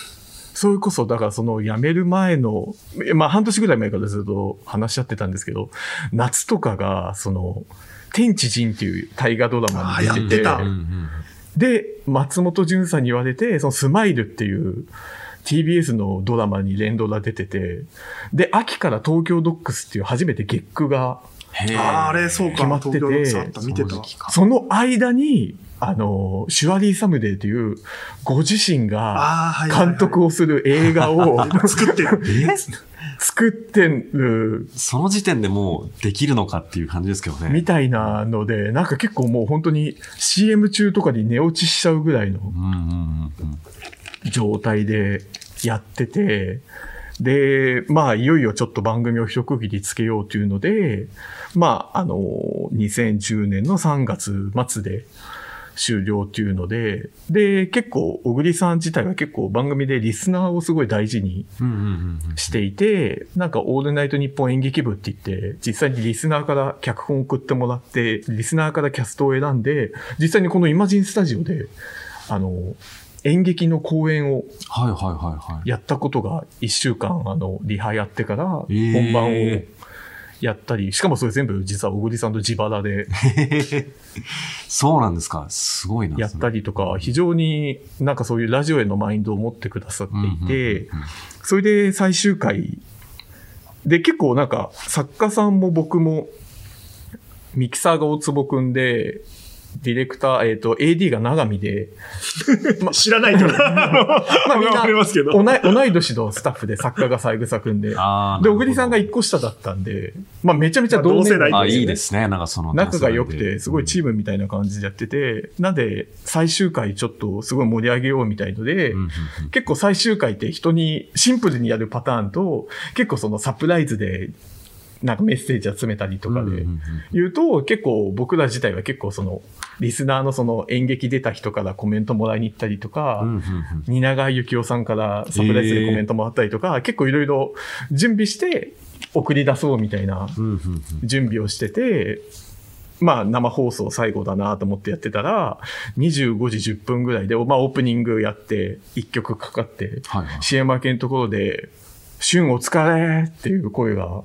[SPEAKER 4] それこそ、だからその辞める前の、えまあ半年ぐらい前からずっと話し合ってたんですけど、夏とかが、その、天地人っていう大河ドラマに出てて
[SPEAKER 2] あやっ
[SPEAKER 5] う
[SPEAKER 2] てた
[SPEAKER 5] んうん
[SPEAKER 4] で、松本潤さんに言われて、そのスマイルっていう TBS のドラマに連ドラ出てて、で、秋から東京ドックスっていう初めて月9が、
[SPEAKER 3] へ
[SPEAKER 2] あーあれ、そうか、
[SPEAKER 4] 決まってて
[SPEAKER 2] 東京ドックスあった、見てた。
[SPEAKER 4] その間に、あの、シュワリーサムデーという、ご自身が
[SPEAKER 2] ああ、はいはいはい。
[SPEAKER 4] 監督をする映画 を
[SPEAKER 2] 作ってる。
[SPEAKER 4] 作ってる
[SPEAKER 3] その時点でもうできるのかっていう感じですけどね。
[SPEAKER 4] みたいなので、なんか結構もう本当に CM 中とかに寝落ちしちゃうぐらいの
[SPEAKER 3] うんうんうんうん。
[SPEAKER 4] 状態でやってて、で、まあ、いよいよちょっと番組を一区切りつけようというので、まあ、あの、2010年の3月末で終了というので、で、結構、小栗さん自体が結構番組でリスナーをすごい大事に
[SPEAKER 3] うんうんうんうん。
[SPEAKER 4] していて、なんか、オールナイト日本演劇部って言って、実際にリスナーから脚本を送ってもらって、リスナーからキャストを選んで、実際にこのイマジンスタジオで、あの、演劇の公演を
[SPEAKER 3] はいはいはい はい。
[SPEAKER 4] やったことが1週間、あの、リハやってから、
[SPEAKER 3] えー
[SPEAKER 4] 本番をやったり、しかもそれ全部実は小栗さんと自腹で
[SPEAKER 3] そうなんですか。すごいな。
[SPEAKER 4] やったりとか、非常になんかそういうラジオへのマインドを持ってくださっていて、それで最終回で結構なんか作家さんも僕もミキサーが大坪くんで、ディレクター、えっ、と、AD が長見で、
[SPEAKER 2] 知らない から。
[SPEAKER 4] まあみ ん
[SPEAKER 2] わ
[SPEAKER 4] な
[SPEAKER 2] かりますけど。
[SPEAKER 4] 同い 同い年のスタッフで作家が三草くんで、
[SPEAKER 3] あー
[SPEAKER 4] で、
[SPEAKER 3] なるほ
[SPEAKER 4] 小
[SPEAKER 3] ど
[SPEAKER 4] 栗さんが一個下だったんで、まあめちゃめちゃ同
[SPEAKER 2] まあ同
[SPEAKER 4] 年
[SPEAKER 2] 世代
[SPEAKER 4] 代
[SPEAKER 3] あ、いいですね。なんかその。
[SPEAKER 4] 仲が良くて、すごい
[SPEAKER 3] ー
[SPEAKER 4] チームみたいな感じでやってて、なんで最終回ちょっとすごい盛り上げようみたいので、結構最終回って人にシンプルにやるパターンと、結構そのサプライズで、なんかメッセージ集めたりとかで、言うと、結構僕ら自体は結構その、リスナーのその演劇出た人からコメントもらいに行ったりとか、蜷川幸雄さんからサプライズでコメントもらったりとか、結構いろいろ準備して送り出そうみたいな準備をしてて、まあ生放送最後だなと思ってやってたら、25時10分ぐらいで、まあオープニングやって、1曲かかって、
[SPEAKER 3] はいはい
[SPEAKER 4] CM 明けのところで、旬お疲れっていう声が、
[SPEAKER 3] は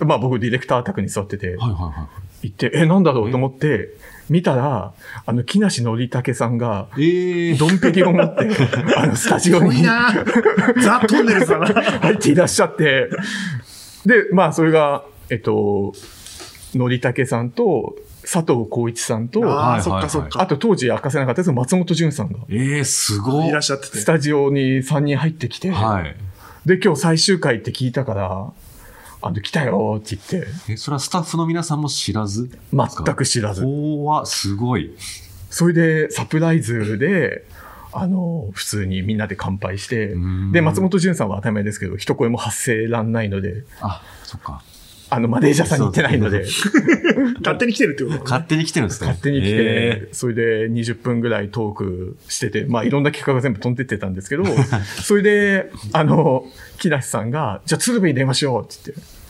[SPEAKER 3] い
[SPEAKER 4] まあ僕ディレクター宅に座ってて、
[SPEAKER 3] はいはいは
[SPEAKER 4] 行って、え、なんだろうと思って、見たら、あの、木梨憲武さんが、
[SPEAKER 3] い。ええ。
[SPEAKER 4] ドンペキを 持って、あの、スタジオ
[SPEAKER 2] 多い
[SPEAKER 4] に
[SPEAKER 2] な ザ・トンネルズだな。
[SPEAKER 4] 入っていらっしゃって、で、まあ、それが、えっと、のりたけさんと、佐藤浩市さんと、あ
[SPEAKER 2] あ
[SPEAKER 3] はいはいは
[SPEAKER 2] あ、
[SPEAKER 3] い
[SPEAKER 2] そっかそっか。
[SPEAKER 4] と当時明かせなかったです松本潤さんが、
[SPEAKER 3] ええ、すご
[SPEAKER 2] い
[SPEAKER 3] い
[SPEAKER 2] らっ。しゃってて
[SPEAKER 4] ス。タジオに3人入ってきて、
[SPEAKER 3] はい。
[SPEAKER 4] で、今日最終回って聞いたから、あの、来たよって言って、
[SPEAKER 3] え、それはスタッフの皆さんも知らず
[SPEAKER 4] 全く
[SPEAKER 3] 知
[SPEAKER 4] 知ら
[SPEAKER 3] ら
[SPEAKER 4] ず。
[SPEAKER 3] はすごい。
[SPEAKER 4] それで、サプライズで、あの、普通にみんなで乾杯して、で、松本潤さんは当たり前ですけど、一声も発せらんないので、
[SPEAKER 3] あ、そっか。
[SPEAKER 4] あの、マネージャーさんに言ってないので、
[SPEAKER 2] 勝手に来てるってことだ
[SPEAKER 3] 勝
[SPEAKER 2] ね
[SPEAKER 3] 手に来てるんですね。
[SPEAKER 4] 勝手に来て、
[SPEAKER 3] え
[SPEAKER 4] それで20分ぐらいトークしてて、まあいろんな企画が全部飛んでってたんで すけど、それで、あの、木梨さんが、じゃあ鶴瓶に出ましょうって言って。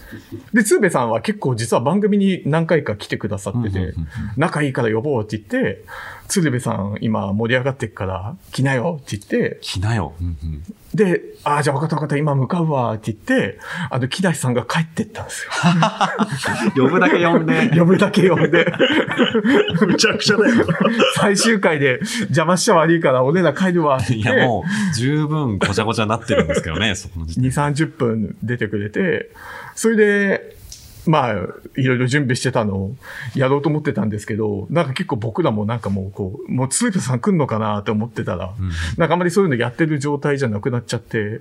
[SPEAKER 4] で、鶴瓶さんは結構実は番組に何回か来てくださって
[SPEAKER 3] うんうんう
[SPEAKER 4] て
[SPEAKER 3] んうん、
[SPEAKER 4] 仲いいから呼ぼうって言って、鶴瓶さん今盛り上がってっから来なよって言って
[SPEAKER 3] え、来なよ。うんうん
[SPEAKER 4] で、ああ、じゃあ分かった分かった、今向かうわって言って、あの、木梨さんが帰ってったんですよ。
[SPEAKER 3] 呼ぶだけ呼んで。
[SPEAKER 4] 呼ぶだけ呼んで。
[SPEAKER 2] むちゃくちゃだよ。
[SPEAKER 4] 最終回で邪魔しちゃ悪いから俺ら帰るわって
[SPEAKER 3] い
[SPEAKER 4] 言っ
[SPEAKER 3] や、
[SPEAKER 4] て、
[SPEAKER 3] もう、十分ごちゃごちゃになってるんですけどね、 そこの時
[SPEAKER 4] 2、
[SPEAKER 3] 点で。
[SPEAKER 4] 30分出てくれて、それで、まあ、いろいろ準備してたのをやろうと思ってたんですけど、なんか結構僕らもなんかもうこう、もうツープさん来んのかなと思ってたら、なんかあんまりそういうのやってる状態じゃなくなっちゃって、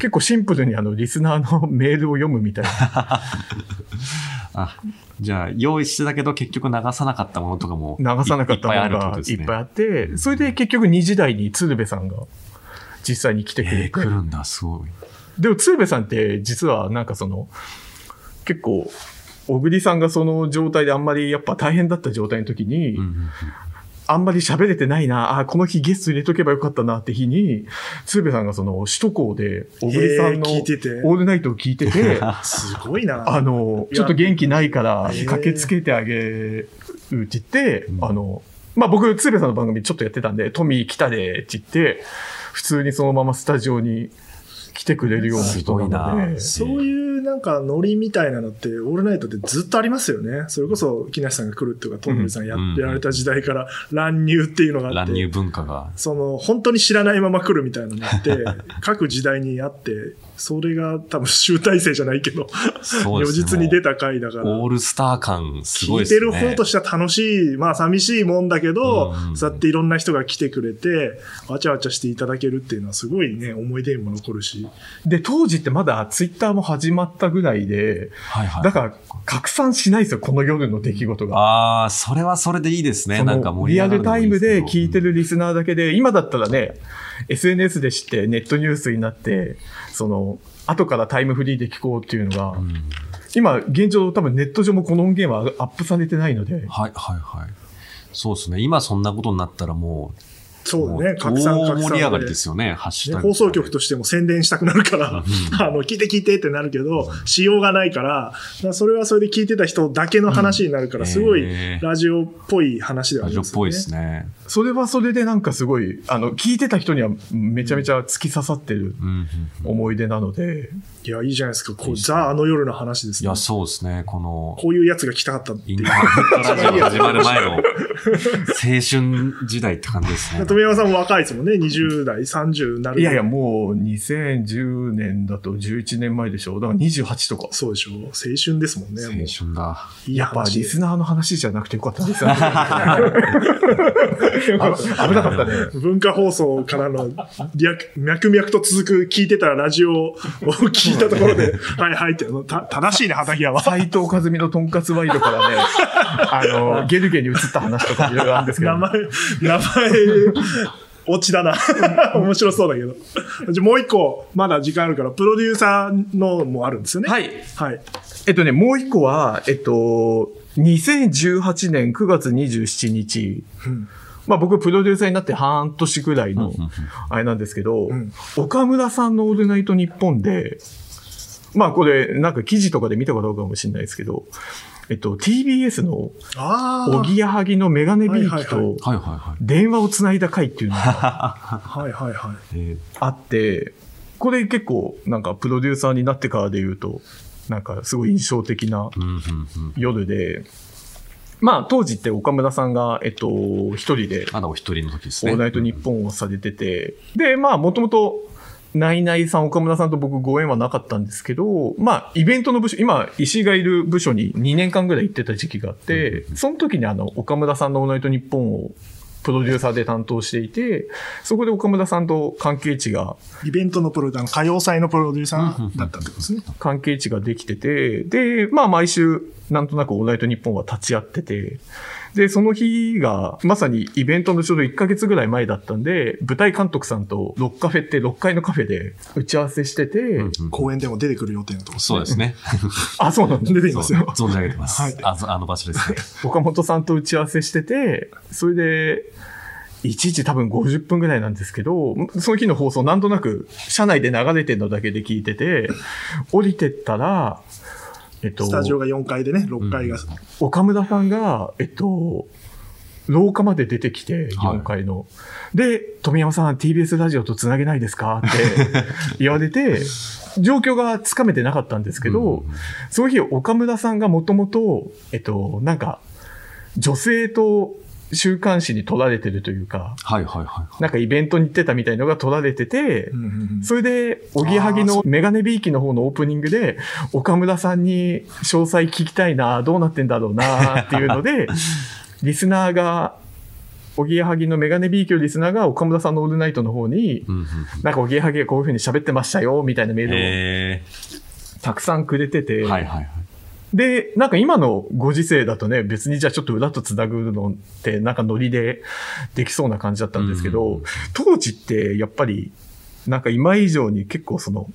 [SPEAKER 4] 結構シンプルにあの、リスナーのメールを読むみたいな。
[SPEAKER 3] あ、じゃあ、用意してたけど、結局流さなかったものとかも。
[SPEAKER 4] 流さなかった
[SPEAKER 3] いっぱ
[SPEAKER 4] もの
[SPEAKER 3] いあるってこと
[SPEAKER 4] が
[SPEAKER 3] です
[SPEAKER 4] い
[SPEAKER 3] ね
[SPEAKER 4] っぱいあって、それで結局2時台に鶴瓶さんが実際に来てく
[SPEAKER 3] え
[SPEAKER 4] れ
[SPEAKER 3] ー、
[SPEAKER 4] て
[SPEAKER 3] 来、るんだ、すごい。
[SPEAKER 4] でも鶴瓶さんって実はなんかその結構小栗さんがその状態であんまりやっぱ大変だった状態の時
[SPEAKER 3] う
[SPEAKER 4] に、
[SPEAKER 3] んうん
[SPEAKER 4] あんまり喋れてないなあーこの日ゲスト入れとけばよかったなって日に鶴瓶さんがその首都高で小栗さんの「
[SPEAKER 2] へー聞
[SPEAKER 4] オ
[SPEAKER 2] いてて
[SPEAKER 4] ールナイト」を聞いて てあ
[SPEAKER 2] すごいな。
[SPEAKER 4] の
[SPEAKER 2] いや
[SPEAKER 4] ちょっと元気ないから
[SPEAKER 2] へー
[SPEAKER 4] 駆けつけてあげるって言って、あのまあ僕鶴瓶さんの番組ちょっとやってたんで「トミー来たで」って言って普通にそのままスタジオに来てくれるような
[SPEAKER 3] す
[SPEAKER 4] 人
[SPEAKER 3] ごいな
[SPEAKER 4] なので、。
[SPEAKER 2] そういうなんかノリみたいなのって、オールナイトってずっとありますよね。それこそ、木梨さんが来るとか、トンネルさんやってられた時代から乱入っていうのがあっ
[SPEAKER 3] 乱
[SPEAKER 2] て。
[SPEAKER 3] 入文化が。
[SPEAKER 2] その、本当に知らないまま来るみたいなの って、各時代にあって、それが多分集大成じゃないけど、
[SPEAKER 3] そう
[SPEAKER 2] 如
[SPEAKER 3] ですね。
[SPEAKER 2] 実に出た回だから。
[SPEAKER 3] オールスター感す
[SPEAKER 2] 聞
[SPEAKER 3] ごい
[SPEAKER 2] い
[SPEAKER 3] です
[SPEAKER 2] て
[SPEAKER 3] ね。
[SPEAKER 2] る方としては楽しい、まあ寂しいもんだけど、
[SPEAKER 3] うん
[SPEAKER 2] そうやっていろんな人が来てくれて、わちゃわちゃしていただけるっていうのはすごいね、思い出にも残るし。
[SPEAKER 4] で、当時ってまだツイッターも始まったぐらいで、
[SPEAKER 3] はいはい。
[SPEAKER 4] だから拡散しないですよ、この夜の出来事が。
[SPEAKER 3] ああ、それはそれでいいですね。
[SPEAKER 4] そ
[SPEAKER 3] なんか
[SPEAKER 4] の
[SPEAKER 3] 盛り
[SPEAKER 4] リ
[SPEAKER 3] 上
[SPEAKER 4] ア
[SPEAKER 3] がる
[SPEAKER 4] ル
[SPEAKER 3] のも
[SPEAKER 4] タイ
[SPEAKER 3] いい
[SPEAKER 4] ム
[SPEAKER 3] すけど
[SPEAKER 4] で聞いてるリスナーだけで、今だったらね、SNS で知ってネットニュースになって、その、後からタイムフリーで聞こうっていうのが、今現状多分ネット上もこの音源はアップされてないので、
[SPEAKER 3] はいはいはい。そうですね。今そんなことになったらもう、
[SPEAKER 2] そうだ
[SPEAKER 3] も
[SPEAKER 2] ね、
[SPEAKER 3] う
[SPEAKER 2] 拡散
[SPEAKER 3] 大
[SPEAKER 2] 拡
[SPEAKER 3] 盛
[SPEAKER 2] 散
[SPEAKER 3] り上がり
[SPEAKER 2] で
[SPEAKER 3] ですよね。ハッシュ
[SPEAKER 2] ね
[SPEAKER 3] タグ。
[SPEAKER 2] 放送局としても宣伝したくなるから、 あの、聞いて聞いてってなるけど、しようがないから、だからそれはそれで聞いてた人だけの話になるから、すごい
[SPEAKER 3] へー
[SPEAKER 2] ラジオっぽい話ではあ
[SPEAKER 3] ラ
[SPEAKER 2] り
[SPEAKER 3] ジオ
[SPEAKER 2] ま
[SPEAKER 3] っ
[SPEAKER 2] すよ
[SPEAKER 3] ぽ
[SPEAKER 2] ね。
[SPEAKER 3] いですね。
[SPEAKER 4] それはそれでなんかすごい、あの、聞いてた人にはめちゃめちゃ突き刺さってる
[SPEAKER 3] うんうん。
[SPEAKER 4] 思い出なので、
[SPEAKER 2] いや、いいじゃないですか。こう、ザ・あの夜の話です
[SPEAKER 3] い
[SPEAKER 2] ね
[SPEAKER 3] や、。そうですね。この、
[SPEAKER 2] こういうやつが来たかったって
[SPEAKER 3] イ
[SPEAKER 2] い
[SPEAKER 3] ン
[SPEAKER 2] う
[SPEAKER 3] タ。ーネットラジオが始まる前の青春時代って感じ ですね。
[SPEAKER 2] 富山さんも若いですもんね。20代、30なる。
[SPEAKER 4] いやいや、もう2010年だと11年前でしょ。だから28とか。
[SPEAKER 2] そうでしょう。青春ですもんね。もう
[SPEAKER 3] 青春だ。
[SPEAKER 2] いい
[SPEAKER 4] やっぱ
[SPEAKER 2] 話
[SPEAKER 4] リ
[SPEAKER 2] で
[SPEAKER 4] スナーの話じゃなくてよかったですね。危なかったね。
[SPEAKER 2] 文化放送からの略脈々と続く聞いてたラジオを聞いたところ で、はいはいって、あのた正しいね、畑屋は。
[SPEAKER 4] 斎藤和美のとんかつワイドからね、あの、ゲルゲに移った話とかいろいろあるんですけど
[SPEAKER 2] 名、前、名前、オチだ な。面白そうだけど。じゃあもう一個、まだ時間あるから、プロデューサーのもあるんですよね。
[SPEAKER 4] はい。
[SPEAKER 2] はい。
[SPEAKER 4] えっとね、もう一個は、えっと、2018年9月27日、
[SPEAKER 2] うん
[SPEAKER 4] まあ僕プロデューサーになって半年ぐらいの、あれなんですけど、
[SPEAKER 2] ん
[SPEAKER 4] 岡村さんのオールナイト日本で、まあこれ、なんか記事とかで見たことあるかもしれないですけど、えっと、TBS の
[SPEAKER 2] ああ。
[SPEAKER 4] おぎやはぎのメガネビー
[SPEAKER 2] はい
[SPEAKER 4] キ
[SPEAKER 2] はいは
[SPEAKER 4] と
[SPEAKER 3] はいはいは
[SPEAKER 4] 電話をつないだ回っていうのが
[SPEAKER 2] はいはいはい。
[SPEAKER 3] い。えー
[SPEAKER 4] あって、これ結構なんかプロデューサーになってからで言うと、なんかすごい印象的な
[SPEAKER 3] うんうんうん。
[SPEAKER 4] 夜で、まあ当時って岡村さんが、えっと、一人で
[SPEAKER 3] まだお一人の時です
[SPEAKER 4] オー
[SPEAKER 3] ね。
[SPEAKER 4] ルナイト日本をされてて、で、まあ、もともと、ナイナイさん、岡村さんと僕ご縁はなかったんですけど、まあ、イベントの部署、今、石井がいる部署に2年間ぐらい行ってた時期があって、その時にあの、岡村さんのオールナイト日本をプロデューサーで担当していて、そこで岡村さんと関係値が、
[SPEAKER 2] イベントのプロデューサー、歌謡祭のプロデューサーだったってことですね。
[SPEAKER 4] 関係値ができてて、で、まあ毎週、なんとなくオールナイト日本は立ち会ってて、で、その日が、まさにイベントのちょうど1ヶ月ぐらい前だったんで、舞台監督さんとロックカフェって6階のカフェで打ち合わせしてて、
[SPEAKER 3] うん
[SPEAKER 2] 公演でも出てくる予定のとこですね
[SPEAKER 3] そうですね。
[SPEAKER 4] あ、そうなんだ。
[SPEAKER 2] 出てきますよ。
[SPEAKER 3] 存じ上げてます。
[SPEAKER 2] はい
[SPEAKER 3] ああの場所ですね。
[SPEAKER 4] 岡本さんと打ち合わせしてて、それで、いちいち多分50分ぐらいなんですけど、その日の放送なんとなく、車内で流れてるのだけで聞いてて、降りてったら、えっと、
[SPEAKER 2] スタジオが4階でね、6階が。
[SPEAKER 4] 岡村さんが、えっと、廊下まで出てきて、
[SPEAKER 3] はい
[SPEAKER 4] 4階の。で、富山さん、TBS ラジオとつなげないですか って言われて、状況がつかめてなかったんですけど、その日、岡村さんがもともと、えっと、なんか、女性と週刊誌に撮られてるというか、
[SPEAKER 3] はいはいはい。
[SPEAKER 4] なんかイベントに行ってたみたいのが撮られてて、それで、おぎやはぎのメガネビーキの方のオープニングで、岡村さんに詳細聞きたいな、どうなってんだろうな、っていうので、 リスナーが、おぎやはぎのメガネビーキのリスナーが岡村さんのオールナイトの方に、
[SPEAKER 3] うんうん
[SPEAKER 4] なんかおぎやはぎがこういう風に喋ってましたよ、みたいなメール
[SPEAKER 3] え
[SPEAKER 4] をたくさんくれてて、
[SPEAKER 3] ー、はいはいはい。
[SPEAKER 4] で、なんか今のご時世だとね、別にじゃあちょっと裏と繋ぐのって、なんかノリでできそうな感じだったんですけ
[SPEAKER 3] う
[SPEAKER 4] ど、
[SPEAKER 3] ん
[SPEAKER 4] 当時ってやっぱり、なんか今以上に結構その、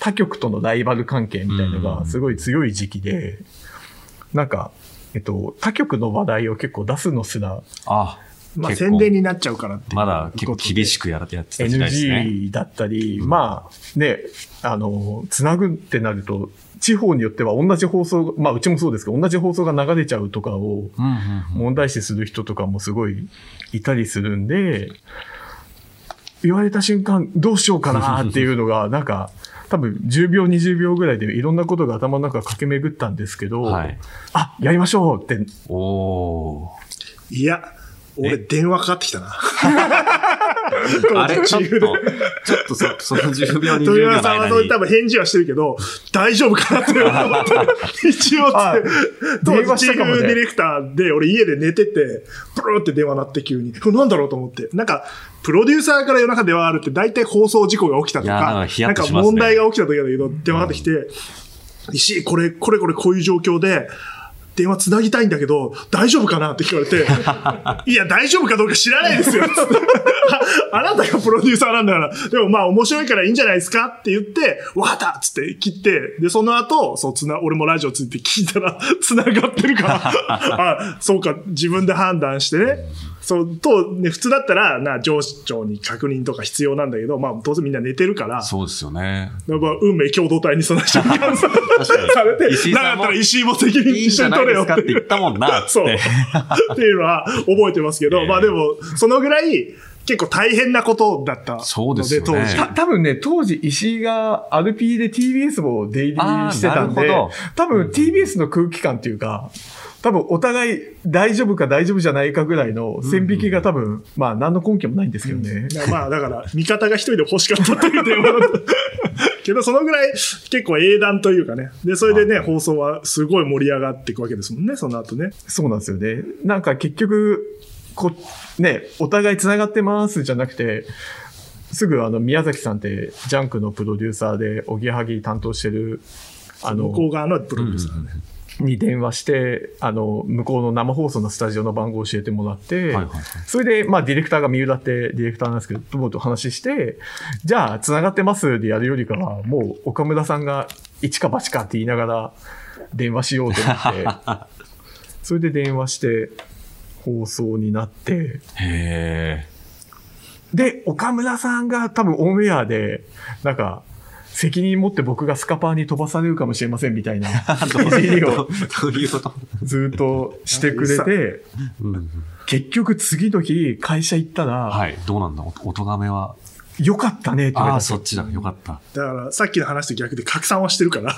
[SPEAKER 4] 他局とのライバル関係みたいなの
[SPEAKER 3] う
[SPEAKER 4] が
[SPEAKER 3] ん
[SPEAKER 4] すごい強い時期で、なんか、えっと、他局の話題を結構出すのすら
[SPEAKER 3] あ、
[SPEAKER 2] まあ
[SPEAKER 3] 結構
[SPEAKER 2] 宣伝になっちゃうからって。
[SPEAKER 3] まだ結構厳しくやらやってた時代ですね。
[SPEAKER 4] NG だったり、まあね、あの、つなぐってなると、地方によっては同じ放送、まあうちもそうですけど、同じ放送が流れちゃうとか
[SPEAKER 3] う
[SPEAKER 4] を、
[SPEAKER 3] んうんうん
[SPEAKER 4] 問題視する人とかもすごいいたりするんで、言われた瞬間、どうしようかなっていう のが、なんか、多分10秒、20秒ぐらいでいろんなことが頭の中駆け巡ったんですけど、
[SPEAKER 3] はい
[SPEAKER 4] あ、やりましょうって、
[SPEAKER 3] おお
[SPEAKER 2] いや、俺電話かかってきたな。
[SPEAKER 3] ー。あれちょっと、ちょっとそその10秒、20
[SPEAKER 2] 豊
[SPEAKER 3] 秒
[SPEAKER 2] 山
[SPEAKER 3] の
[SPEAKER 2] さんは
[SPEAKER 3] 間
[SPEAKER 2] そう
[SPEAKER 3] に
[SPEAKER 2] 多。分返事はしてるけど、大丈夫かなって 思って、一応
[SPEAKER 4] あ
[SPEAKER 2] って、当
[SPEAKER 4] 電話
[SPEAKER 2] 時
[SPEAKER 4] し
[SPEAKER 2] チー
[SPEAKER 4] たかも
[SPEAKER 2] ム
[SPEAKER 4] ね
[SPEAKER 2] ディレクターで、俺家で寝てて、プルーって電話鳴って急に、これなんだろうと思って、なんか、プロデューサーから夜中電話あるって大体放送事故が起きたと
[SPEAKER 3] いやーなん
[SPEAKER 2] か
[SPEAKER 3] か、ヒヤ
[SPEAKER 2] なん
[SPEAKER 3] ッと
[SPEAKER 2] か
[SPEAKER 3] しますね
[SPEAKER 2] 問題が起きた時だけど、電話かかってきて、石井、これ、これこれこういう状況で、電話つなぎたいんだけど、大丈夫かなって聞かれて、 いや、大丈夫かどうか知らないですよ。つって ああなたがプロデューサーなんだから、でもまあ面白いからいいんじゃないですかって言って、わかったっつって切って、で、その後、そう、つな、俺もラジオついて聞いたら、 つながってる から、あ、そうか、自分で判断してね。そう、と、ね、普通だったら、な、上司長に確認とか必要なんだけど、まあ、当然みんな寝てるから、
[SPEAKER 3] そうですよね。
[SPEAKER 2] やっぱ運命共同体にその瞬間さされて、
[SPEAKER 3] 石井
[SPEAKER 2] な
[SPEAKER 3] さんも
[SPEAKER 2] かったら石井も責任
[SPEAKER 3] いいん
[SPEAKER 2] 一
[SPEAKER 3] じ
[SPEAKER 2] 緒
[SPEAKER 3] ゃ
[SPEAKER 2] に
[SPEAKER 3] ない
[SPEAKER 2] 取れ
[SPEAKER 3] で
[SPEAKER 2] よ
[SPEAKER 3] すかって言ったもんな。
[SPEAKER 2] そう。っていうのは覚えてますけ ど、まあでも、そのぐらい結構大変なことだったので、
[SPEAKER 3] そうですよね
[SPEAKER 2] 当時。
[SPEAKER 4] た多分ね、当時石井が RP で TBS も出入りしてた
[SPEAKER 3] あー
[SPEAKER 4] んで
[SPEAKER 3] なるほど、
[SPEAKER 4] 多分 TBS の空気感っていうか、多分お互い大丈夫か大丈夫じゃないかぐらいの線引きが多分、まあ何の根拠もないんですけどね。
[SPEAKER 2] いやまあだから、味方が一人で欲しかったという電話だった。 けど、そのぐらい結構英断というかね。で、それでね、放送はすごい盛り上がっていくわけですもんね、その後ね。
[SPEAKER 4] そうなんですよね。なんか結局、こ、ね、お互い繋がってますじゃなくて、すぐあの宮崎さんってジャンクのプロデューサーでおぎやはぎ担当してる、あの
[SPEAKER 2] 向、こう側のプロデューサーね。
[SPEAKER 4] に電話して、あの、向こうの生放送のスタジオの番号を教えてもらって、
[SPEAKER 3] はいはいはい
[SPEAKER 4] それで、まあ、ディレクターが三浦ってディレクターなんですけど、ともと話して、じゃあ、繋がってますでやるよりかは、もう、岡村さんが、一か八かって言いながら、電話しようと思 って、それで電話して、放送になって、
[SPEAKER 3] へえ。
[SPEAKER 4] で、岡村さんが多分オンエアで、なんか、責任持って僕がスカパーに飛ばされるかもしれませんみ たいな、いじりを
[SPEAKER 3] どどういうこと
[SPEAKER 4] ずっとしてくれて、結局次の日会社行ったら、
[SPEAKER 3] はい。どうなんだおおとがめは。
[SPEAKER 4] よかったねって言わ
[SPEAKER 3] ああ、
[SPEAKER 4] れた。
[SPEAKER 3] そっちだ。よかった。
[SPEAKER 2] だから、さっきの話と逆で拡散はしてる から。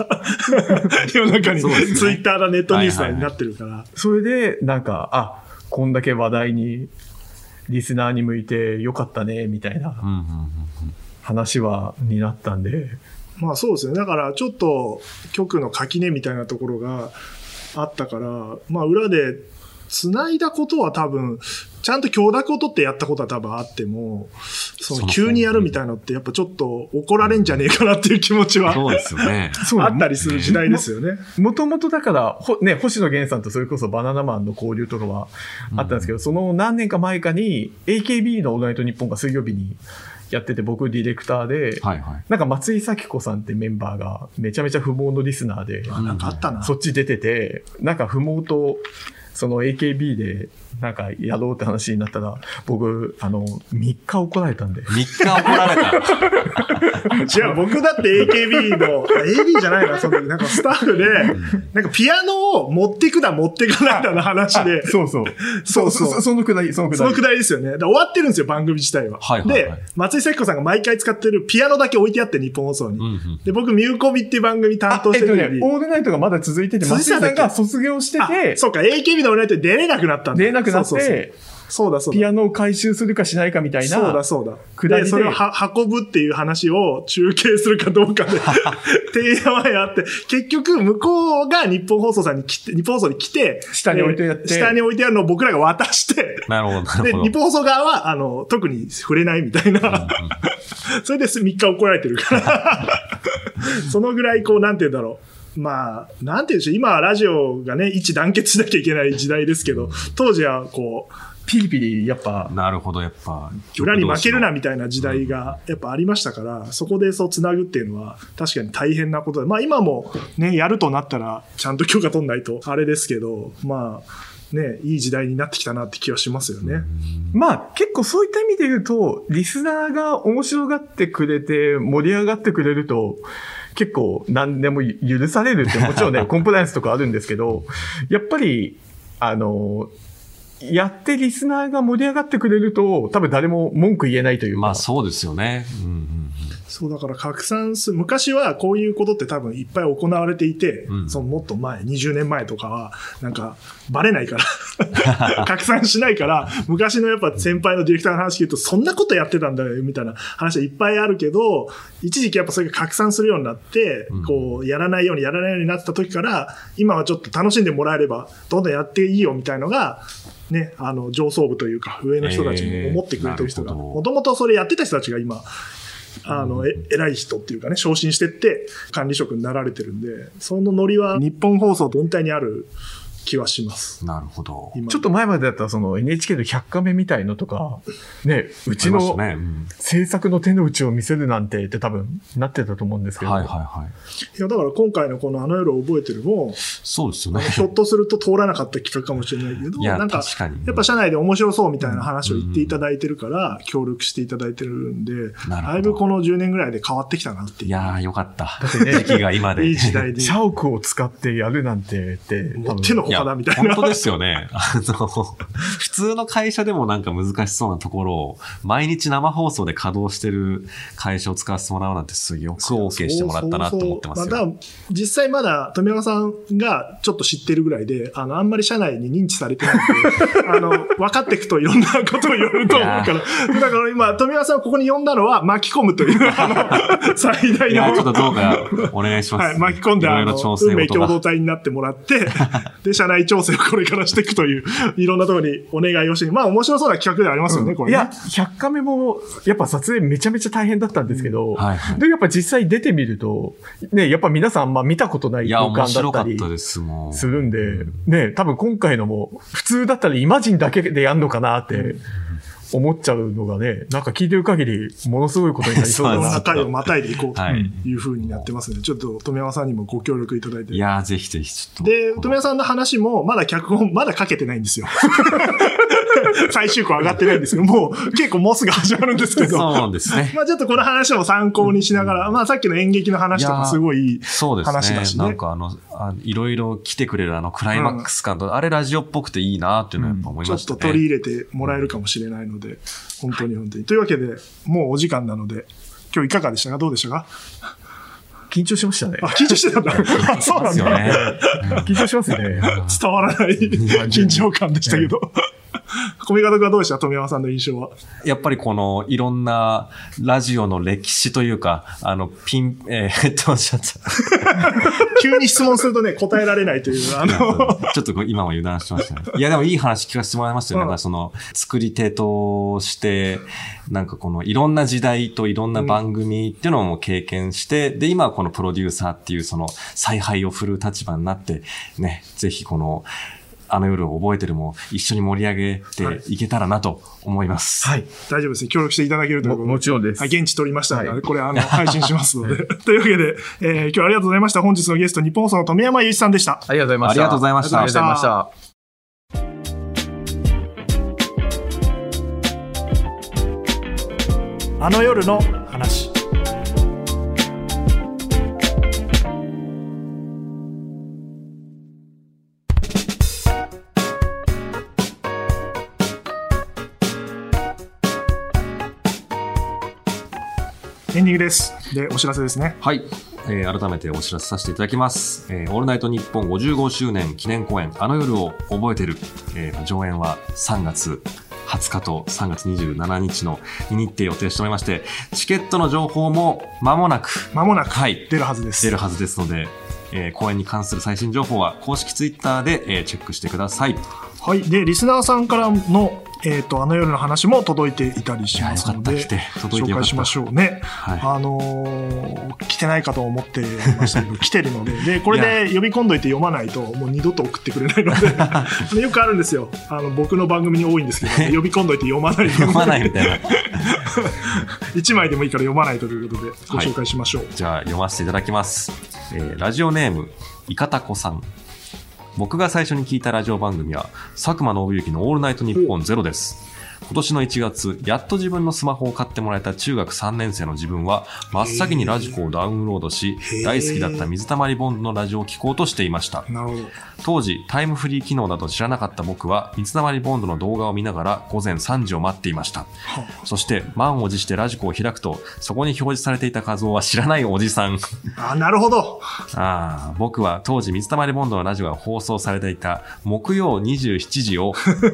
[SPEAKER 2] 世の中に、
[SPEAKER 3] そうですね
[SPEAKER 2] ツイッターだネットニュースだになってるから。
[SPEAKER 4] それで、なんか、あ、こんだけ話題に、リスナーに向いてよかったね、みたいな
[SPEAKER 3] うんうんうん。
[SPEAKER 4] 話は、になったんで、
[SPEAKER 2] まあそうですね。だからちょっと局の垣根みたいなところがあったから、まあ裏で繋いだことは多分、ちゃんと許諾を取ってやったことは多分あっても、その急にやるみたいなのってやっぱちょっと怒られんじゃねえかなっていう気持ちは
[SPEAKER 3] そうですよ ね。
[SPEAKER 4] そう
[SPEAKER 2] あったりする時代ですよね。
[SPEAKER 4] もともとだから、ほね、星野源さんとそれこそバナナマンの交流とかはあったんですけど、その何年か前かに AKB のオールナイトニッポンが水曜日にやってて、僕ディレクターで、
[SPEAKER 3] はいはい。
[SPEAKER 4] なんか松井咲子さんってメンバーがめちゃめちゃ不毛のリスナーで、
[SPEAKER 2] あなんかあったな。
[SPEAKER 4] そっち出てて、なんか不毛と、その AKB で、なんかやろうって話になったら、僕、あの、3日怒られたんで、
[SPEAKER 3] 3日怒られ た。
[SPEAKER 2] いや、僕だって AKB の、AB じゃないな、その時。なんかスタッフで、なんかピアノを持ってくだ、持ってかないだの話で。
[SPEAKER 4] そうそう。
[SPEAKER 2] そうそう
[SPEAKER 4] そのくだり、そのく
[SPEAKER 2] そ
[SPEAKER 4] だ
[SPEAKER 2] の
[SPEAKER 4] り
[SPEAKER 2] く。だりですよね。だから終わってるんですよ、番組自体は。
[SPEAKER 3] はいはい
[SPEAKER 2] で
[SPEAKER 3] はい、
[SPEAKER 2] 松井咲子さんが毎回使ってるピアノだけ置いてあって、日本放送に。
[SPEAKER 3] うんうん
[SPEAKER 2] で、僕、ミューコビっていう番組担
[SPEAKER 4] え
[SPEAKER 2] 当
[SPEAKER 4] っ
[SPEAKER 2] して
[SPEAKER 4] と
[SPEAKER 2] る
[SPEAKER 4] ね
[SPEAKER 2] 時、に
[SPEAKER 4] オールナイトがまだ続いてて、
[SPEAKER 2] 続
[SPEAKER 4] 松
[SPEAKER 2] い
[SPEAKER 4] 井
[SPEAKER 2] てたん
[SPEAKER 4] さ
[SPEAKER 2] だっ
[SPEAKER 4] ん
[SPEAKER 2] け
[SPEAKER 4] が卒業してて
[SPEAKER 2] あ、そうか、AKB のオールナイトに出れなくなったんだ。
[SPEAKER 4] 出れなくなっ
[SPEAKER 2] そうそうそう
[SPEAKER 4] て、
[SPEAKER 2] そうだそう
[SPEAKER 4] ピ
[SPEAKER 2] だ。
[SPEAKER 4] アノを回収するかしないかみたいな。
[SPEAKER 2] そうだそうだ。
[SPEAKER 4] くだり
[SPEAKER 2] で、
[SPEAKER 4] で
[SPEAKER 2] それをは運ぶっていう話を中継するかどう かで、提案はやって、結局、向こうが日本放送さんに来て、日本放送に来て、
[SPEAKER 4] 下に置いてやって
[SPEAKER 2] で下に置いてあるのを僕らが渡して、
[SPEAKER 3] なるほど、な
[SPEAKER 2] で、
[SPEAKER 3] るほ
[SPEAKER 2] 日
[SPEAKER 3] ど。
[SPEAKER 2] 本放送側は、あの、特に触れないみたいな。 それです3日怒られてる から。そのぐらい、こう、なんて言うんだろう。まあ、なんて言うんでしょう。今はラジオがね、一致団結しなきゃいけない時代ですけど、当時は、こ
[SPEAKER 4] ピリピリ、やっぱ、
[SPEAKER 3] なるほど、やっぱ。
[SPEAKER 2] う、裏に負けるなみたいな時代がやっぱありましたから、そこでそう繋ぐっていうのは確かに大変なことで、まあ今もね、やるとなったらちゃんと許可取んないとあれですけど、まあね、いい時代になってきたなって気はしますよね。
[SPEAKER 4] まあ結構そういった意味で言うと、リスナーが面白がってくれて、盛り上がってくれると、結構何でも許 されるって、もちろんね、コンプライアンスとかあるんですけど、やっぱり、あの、やってリスナーが盛り上がってくれると、多分誰も文句言えないというか。
[SPEAKER 3] まあそうですよね。うんうん
[SPEAKER 2] そうだから拡散する、昔はこういうことって多分いっぱい行われていて、
[SPEAKER 3] うん
[SPEAKER 2] そのもっと前、20年前とかは、なんか、バレないから、 拡散しないから、昔のやっぱ先輩のディレクターの話聞くと、そんなことやってたんだよ、みたいな話はいっぱいあるけど、一時期やっぱそれが拡散するようになって、こう、やらないようにやらないようになってた時から、今はちょっと楽しんでもらえれば、どんどんやっていいよ、みたいのが、ね、あの、上層部というか、上の人たちに思ってくれてる人が、
[SPEAKER 3] えーなるほど
[SPEAKER 2] もともとそれやってた人たちが今、あの、え、偉い人っていうかね、昇進してって管理職になられてるんで、そのノリは日本放送全体にある気はします。
[SPEAKER 3] なるほど。
[SPEAKER 2] 今
[SPEAKER 4] ちょっと前までだったらその NHK の100カメみたいのとか、ね、うち
[SPEAKER 3] ありまし
[SPEAKER 4] の
[SPEAKER 3] たねうん
[SPEAKER 4] 制作の手の内を見せるなんてって多分なってたと思うんですけど、
[SPEAKER 3] はいはいはい。
[SPEAKER 2] いや、だから今回のこのあの夜を覚えてる も、
[SPEAKER 3] そうですよね。
[SPEAKER 2] ひょっとすると通らなかった企画かもしれないけど、
[SPEAKER 3] いや
[SPEAKER 2] なんか、
[SPEAKER 3] 確かに
[SPEAKER 2] やっぱ社内で面白そうみたいな話を言っていただいてるから、協力していただいてるんで、
[SPEAKER 3] なるほど
[SPEAKER 2] だいぶこの10年ぐらいで変わってきたなっていう。
[SPEAKER 3] いやーよかった。
[SPEAKER 4] ってね
[SPEAKER 3] 時期が今で。
[SPEAKER 2] いい時代で。
[SPEAKER 4] 社屋を使ってやるなんてって、
[SPEAKER 2] 持
[SPEAKER 4] 多分
[SPEAKER 2] っての
[SPEAKER 3] い
[SPEAKER 2] ほ
[SPEAKER 3] や
[SPEAKER 2] かだみたいな。
[SPEAKER 3] 本当ですよね。あの、普通の会社でもなんか難しそうなところを、毎日生放送で稼働してる会社を使わせてもらうなんて、すごく OK してもらったなと思ってますよ。
[SPEAKER 2] そうそうそうただ実際まだ富山さんがちょっと知ってるぐらいで、あの、あんまり社内に認知されてない んで、あの、分かっていくといろんなことを言われると思うから、だから今、富山さんをここに呼んだのは巻き込むと いう、あの、最大
[SPEAKER 3] いや、ちょっ
[SPEAKER 2] の。
[SPEAKER 3] とどうか お願いします。
[SPEAKER 2] はい、巻き込んで、
[SPEAKER 3] いろ
[SPEAKER 2] あ
[SPEAKER 3] いろ
[SPEAKER 2] の、
[SPEAKER 3] 調
[SPEAKER 2] 運
[SPEAKER 3] 整
[SPEAKER 2] 命
[SPEAKER 3] 事
[SPEAKER 2] 共同
[SPEAKER 3] が。
[SPEAKER 2] 体になってもらって、 で、社内調整をこれからしていくという、いろんなところにお願いをして、まあ面白そうな企画ではありますよね、これ、
[SPEAKER 4] い
[SPEAKER 2] ね。
[SPEAKER 4] や、100カメも、やっぱ撮影めちゃめちゃ大変だったんですけど、
[SPEAKER 3] はいは い
[SPEAKER 4] で、やっぱ実際出てみると、ね、やっぱ皆さんあんま見たことない
[SPEAKER 3] いや、
[SPEAKER 4] 空
[SPEAKER 3] 面
[SPEAKER 4] 間だ
[SPEAKER 3] 白
[SPEAKER 4] っ
[SPEAKER 3] か
[SPEAKER 4] た
[SPEAKER 3] っ
[SPEAKER 4] り
[SPEAKER 3] たです、も
[SPEAKER 4] す
[SPEAKER 3] う。
[SPEAKER 4] るんで、ね、多分今回のも、普通だったらイマジンだけでやんのかなって思っちゃうのがね、なんか聞いてる限り、ものすごいことになりそうだ
[SPEAKER 2] この
[SPEAKER 3] そう
[SPEAKER 4] な。
[SPEAKER 2] 回をまたいでいこうと
[SPEAKER 3] はい
[SPEAKER 2] いうふうになってますので、ちょっと富山さんにもご協力いただいて
[SPEAKER 3] い。やー、ぜひぜひ、ちょっと。
[SPEAKER 2] で、富山さんの話も、まだ脚本、まだ書けてないんですよ。 最終稿上がってないんですけど、もう結構モスが始まるんですけど。
[SPEAKER 3] そうなんですね。
[SPEAKER 2] まあちょっとこの話も参考にしながら、まあさっきの演劇の話と
[SPEAKER 3] い
[SPEAKER 2] か
[SPEAKER 3] やー
[SPEAKER 2] すごいいい
[SPEAKER 3] そうです
[SPEAKER 2] 話
[SPEAKER 3] ね
[SPEAKER 2] だしね。
[SPEAKER 3] なんかあのあ、いろいろ来てくれるあのクライマックス感と、あれラジオっぽくていいなっていうのはやっぱ思い
[SPEAKER 2] ちょ
[SPEAKER 3] ま
[SPEAKER 2] っ
[SPEAKER 3] した
[SPEAKER 2] と
[SPEAKER 3] ね。
[SPEAKER 2] 取り入れてもらえるかもしれないので、本当に本当に。というわけで、もうお時間なので、今日いかがでしたかどうでしたか
[SPEAKER 4] 緊張しましたね
[SPEAKER 2] あ、。緊張してたんだ。あそうなんだ。
[SPEAKER 3] ですよね。
[SPEAKER 4] 緊張しますね。
[SPEAKER 2] 伝わらない緊張感でしたけど。小見方君はどうでした富山さんの印象は。
[SPEAKER 3] やっぱりこのいろんなラジオの歴史というか、あの、ピン、えー、え っと、おっしゃった。
[SPEAKER 2] 急に質問するとね、答えられないという、あの、
[SPEAKER 3] ちょっとこう今は油断してま したね。いや、でもいい話聞かせてもらいましたよ、
[SPEAKER 2] うん
[SPEAKER 3] ね。なんかその、作り手として、なんかこのいろんな時代といろんな番組っていうのをもう経験して、で、今はこのプロデューサーっていうその、采配を振る立場になって、ね、ぜひこの、あの夜を覚えてるも一緒に盛り上げていけたらなと思います。
[SPEAKER 4] はい。
[SPEAKER 2] 大丈夫ですね。協力していただけるという
[SPEAKER 4] も
[SPEAKER 2] ことで
[SPEAKER 4] もちろんです。
[SPEAKER 2] はい、現地撮りましたので、
[SPEAKER 4] はい
[SPEAKER 2] これ、あの、配信しますので。 というわけで、えー今日はありがとうございました。本日のゲスト、日本放送の富山雄一さんでした。
[SPEAKER 4] ありがとうございま
[SPEAKER 3] ありがとうございました
[SPEAKER 4] ありがとうございました。
[SPEAKER 2] あの夜の話。エンディングです。で、お知らせですね。
[SPEAKER 3] はい、えー改めてお知らせさせていただきます「えーオールナイトニッポン」55周年記念公演「あの夜を覚えてる」えー上演は3月20日と3月27日の2日程予定しておりましてチケットの情報も間もなく
[SPEAKER 2] まもなく
[SPEAKER 3] はい
[SPEAKER 2] 出るはずです。
[SPEAKER 3] 出るはずですので、えー公演に関する最新情報は公式ツイッターで、えーチェックしてください
[SPEAKER 2] はい。で、リスナーさんからの、えっ、と、あの夜の話も届いていたりしますの
[SPEAKER 3] い
[SPEAKER 2] で、
[SPEAKER 3] やよかった来て届いて
[SPEAKER 2] 紹
[SPEAKER 3] よかった
[SPEAKER 2] 介しましょうね。
[SPEAKER 3] はい
[SPEAKER 2] あのー来てないかと思ってましたけ ど、来てるので、で、これで呼び込んどいて読まないと、もう二度と送ってくれないの で、よくあるんですよ。あの、僕の番組に多いんですけど、呼び込んどいて読まない。
[SPEAKER 3] 読まな いみたいな
[SPEAKER 2] 1枚でもいいから読まないということで、ご紹介しましょう。
[SPEAKER 3] じゃあ読ませていただきます、えーラジオネームいかたこさん僕が最初に聞いたラジオ番組は佐久間信行の「オールナイトニッポンゼロです今年の1月、やっと自分のスマホを買ってもらえた中学3年生の自分は、真っ先にラジコをダウンロードし
[SPEAKER 2] へ、ー
[SPEAKER 3] 大好きだった水溜りボンドのラジオを聴こうとしていました。
[SPEAKER 2] なるほど。
[SPEAKER 3] 当時、タイムフリー機能など知らなかった僕は、水溜りボンドの動画を見ながら午前3時を待っていました。そして、満を持してラジコを開くと、そこに表示されていた画像は知らないおじさん。
[SPEAKER 2] あ、なるほど。
[SPEAKER 3] ああ、僕は当時水溜りボンドのラジオが放送されていた木曜27時を、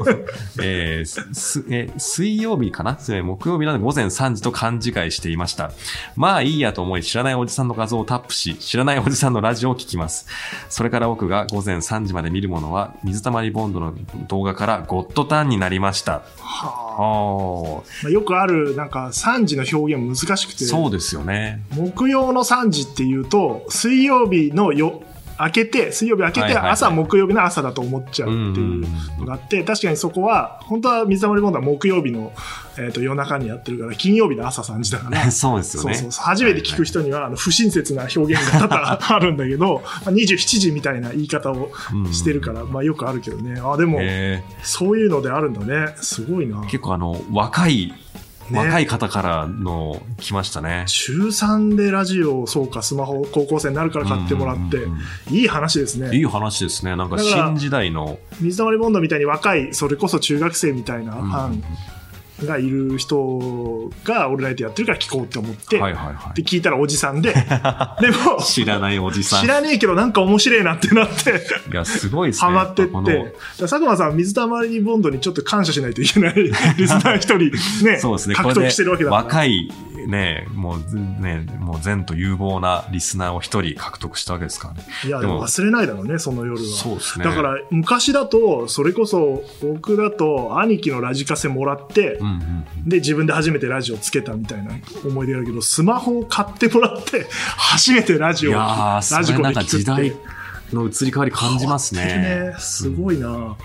[SPEAKER 3] えーすえー水曜日かなえー木曜日なので午前3時と勘違いしていました。まあいいやと思い知らないおじさんの画像をタップし、知らないおじさんのラジオを聞きます。それから僕が午前3時まで見るものは水溜りボンドの動画からゴッドターンになりました。
[SPEAKER 2] はあ
[SPEAKER 3] ああ、
[SPEAKER 2] まあ、よくある、なんか、3時の表現難しくて、
[SPEAKER 3] そうですよね。
[SPEAKER 2] 木曜の3時っていうと、水曜日のよ、明けて、水曜日明け
[SPEAKER 3] はい
[SPEAKER 2] て、
[SPEAKER 3] はいはい
[SPEAKER 2] 朝、木曜日の朝だと思っちゃ
[SPEAKER 3] う
[SPEAKER 2] うってい
[SPEAKER 3] ん
[SPEAKER 2] う。のがあって、確かにそこは、本当は水溜りボンドは木曜日の、えー、と夜中にやってるから、金曜日の朝3時だから、
[SPEAKER 3] そうですよ
[SPEAKER 2] そ
[SPEAKER 3] ね。
[SPEAKER 2] うそうそう初めて聞く人にはあの不親切な表現が多々あるんだけ ど、まあ、27時みたいな言い方をしてるから、まあ、よくあるけどねあでも
[SPEAKER 3] へー
[SPEAKER 2] そういうのであるんだねすごいな
[SPEAKER 3] 結構あの若い、
[SPEAKER 2] ね
[SPEAKER 3] 若い方からの来ましたね。
[SPEAKER 2] 中3でラジオをそうかスマホを高校生になるから買ってもらって、
[SPEAKER 3] うんうんうん
[SPEAKER 2] いい話です
[SPEAKER 3] い
[SPEAKER 2] ね
[SPEAKER 3] い話ですね。なんか
[SPEAKER 2] だから
[SPEAKER 3] 新時代の。
[SPEAKER 2] 水溜りボンドみたいに若いそれこそ中学生みたいなファンがいる人が「オールナイト」やってるから聞こうって思って、
[SPEAKER 3] はいはいは
[SPEAKER 2] で
[SPEAKER 3] い。
[SPEAKER 2] 聞いたらおじさん ででも
[SPEAKER 3] 知らないおじさん。
[SPEAKER 2] 知らねえけどなんか面白いなってなって
[SPEAKER 3] いや、すごいです
[SPEAKER 2] ハ
[SPEAKER 3] ね。
[SPEAKER 2] マってって、
[SPEAKER 3] こ
[SPEAKER 2] だ
[SPEAKER 3] の
[SPEAKER 2] から佐久間さん、水溜りボンドにちょっと感謝しないといけ ないリスナー一人、ね、
[SPEAKER 3] そうですね。
[SPEAKER 2] 獲
[SPEAKER 3] これ
[SPEAKER 2] 得してるわけ
[SPEAKER 3] で
[SPEAKER 2] だから
[SPEAKER 3] 若い、ね、もう、ね、もう善と有望なリスナーを一人獲得したわけですからね。
[SPEAKER 2] いや、でも忘れないだろうね、その夜は。
[SPEAKER 3] そうですね。
[SPEAKER 2] だから、昔だと、それこそ、僕だと、兄貴のラジカセもらって、
[SPEAKER 3] うんうん、
[SPEAKER 2] で、自分で初めてラジオつけたみたいな思い出があるけど、スマホを買ってもらって、初めてラ
[SPEAKER 3] い
[SPEAKER 2] ジオ、
[SPEAKER 3] や
[SPEAKER 2] ラ
[SPEAKER 3] ー、そ
[SPEAKER 2] ジ
[SPEAKER 3] れ
[SPEAKER 2] コで
[SPEAKER 3] なんか時
[SPEAKER 2] 聞くっ
[SPEAKER 3] 代
[SPEAKER 2] て。
[SPEAKER 3] の移り変わり感じます
[SPEAKER 2] 変わっ
[SPEAKER 3] ね
[SPEAKER 2] て。るすごいな、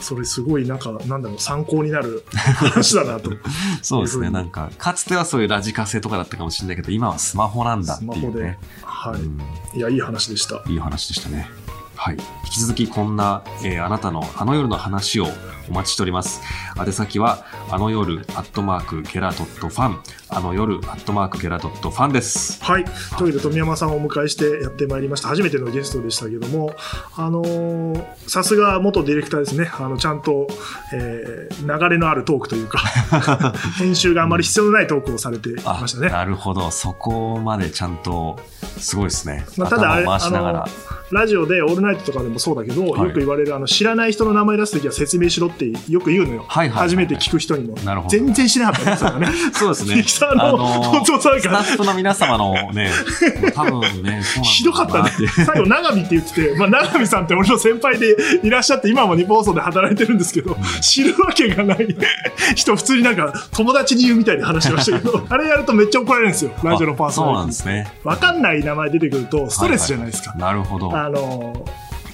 [SPEAKER 2] それすごい、なんか、なんだろう、参考にな る話だなと。
[SPEAKER 3] そうですね。なんか、かつてはそういうラジカセとかだったかもしれないけど、今はスマホなんだって
[SPEAKER 2] スマ
[SPEAKER 3] い
[SPEAKER 2] ホ
[SPEAKER 3] う
[SPEAKER 2] で
[SPEAKER 3] ね。。
[SPEAKER 2] はい。
[SPEAKER 3] うん
[SPEAKER 2] いや、いい話でした。
[SPEAKER 3] いい話でしたね。はい。引き続きこんな、えーあなたのあの夜の話をお待ちしております。宛先は、あの夜、アットマーク、ゲラドットファン。あの夜、アットマーク、ゲラドットファンです。
[SPEAKER 2] はい。というわけで、富山さんをお迎えしてやってまいりました。初めてのゲストでしたけども、あのーさすが元ディレクターですね。あの、ちゃんと、えー流れのあるトークと いうか、編集があまり必要のないトークをされてい
[SPEAKER 3] あ
[SPEAKER 2] ましたね。
[SPEAKER 3] なるほど。そこまでちゃんと、すごいですね。
[SPEAKER 2] まあただあれ
[SPEAKER 3] 頭を回しながら。
[SPEAKER 2] ラジオで「オールナイト」とかでもそうだけど、
[SPEAKER 3] はい
[SPEAKER 2] よく言われるあの知らない人の名前出すときは説明しろってよく言うのよ、
[SPEAKER 3] はいはいはいはい
[SPEAKER 2] 初めて聞く人にも
[SPEAKER 3] なるほど
[SPEAKER 2] 全然知らなかったですからね
[SPEAKER 3] そうですね
[SPEAKER 2] ミキサーの
[SPEAKER 3] あのー
[SPEAKER 2] 本当さん
[SPEAKER 3] ス
[SPEAKER 2] か
[SPEAKER 3] タッフの皆様の ね、多分ね、そうなんだろうな
[SPEAKER 2] ひどかったね。最後、長見って言ってて、まあ、長見さんって俺の先輩でいらっしゃって、今も日本放送で働いてるんですけど、知るわけがない人、普通になんか友達に言うみたいに話してましたけ ど、あれやるとめっちゃ怒られるんですよ、ラジオのパーソ
[SPEAKER 3] あそうな
[SPEAKER 2] ナ
[SPEAKER 3] ん
[SPEAKER 2] リ
[SPEAKER 3] で
[SPEAKER 2] テ
[SPEAKER 3] すね。
[SPEAKER 2] ィ。わかんない名前出てくると、ストレスじゃないですか。
[SPEAKER 3] なるほど。
[SPEAKER 2] あの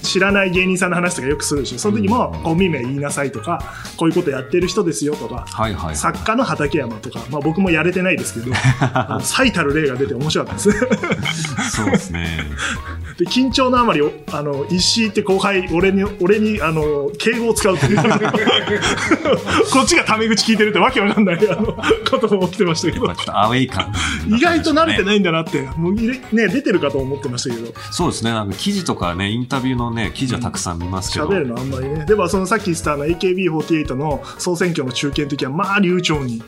[SPEAKER 2] 知らない芸人さんの話とかよくするでしょその時も
[SPEAKER 3] うん
[SPEAKER 2] コンビ名言いなさいとかこういうことやってる人ですよとか
[SPEAKER 3] はいはいはい。
[SPEAKER 2] 作家の畠山とか、まあ、僕もやれてないですけ どあの最たる例が出て面白かったです
[SPEAKER 3] そうですね。
[SPEAKER 2] で緊張のあまりおあの石井って後輩俺に俺にあの敬語を使うという こっちがタメ口聞いてるってわけわかんないあのことも起きてましたけ
[SPEAKER 3] や
[SPEAKER 2] ど
[SPEAKER 3] っぱちょっとアウェイ感、
[SPEAKER 2] 意外と慣れて
[SPEAKER 3] い
[SPEAKER 2] ないんだなってもういれね出てるかと思ってましたけど
[SPEAKER 3] そうですね、なんか記事とかね、インタビューのね、記事はたくさん見ますけど、
[SPEAKER 2] 喋るのあんまりねでもそのさっき言ってたあの AKB48 の総選挙の中継の時はまあ流暢に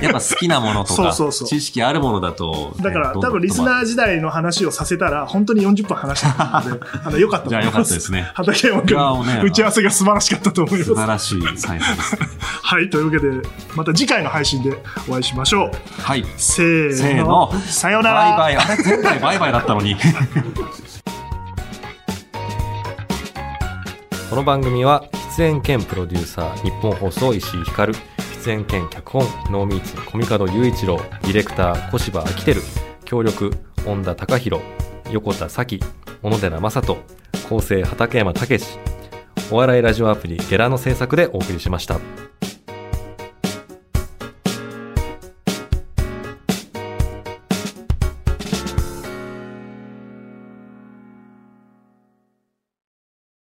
[SPEAKER 3] やっぱ好きなものとか、
[SPEAKER 2] そうそうそう
[SPEAKER 3] 知識あるものだと、
[SPEAKER 2] だから
[SPEAKER 3] ね
[SPEAKER 2] 多分リスナー、時代の話をさせたら本当に40分話してた のであのよかったと思い
[SPEAKER 3] じゃあよか
[SPEAKER 2] ま
[SPEAKER 3] ったですすね
[SPEAKER 2] 畠山
[SPEAKER 3] いやお
[SPEAKER 2] 君
[SPEAKER 3] ね
[SPEAKER 2] の打ち合わせが素晴らしかったと思い
[SPEAKER 3] 素
[SPEAKER 2] ま
[SPEAKER 3] 晴
[SPEAKER 2] す
[SPEAKER 3] らしい才能ですね。
[SPEAKER 2] はいというわけでまた次回の配信でお会いしましょう
[SPEAKER 3] はい。
[SPEAKER 2] せーの
[SPEAKER 3] せーの
[SPEAKER 2] さようなら
[SPEAKER 3] バイバイ。あれ、前回バイバイだったのに。
[SPEAKER 6] この番組は出演兼プロデューサー日本放送石井光出演兼脚本ノーミーツコミカド雄一郎ディレクター小芝昭輝協力恩田隆弘横田咲小野寺正人構成畠山武史お笑いラジオアプリゲラの制作でお送りしました。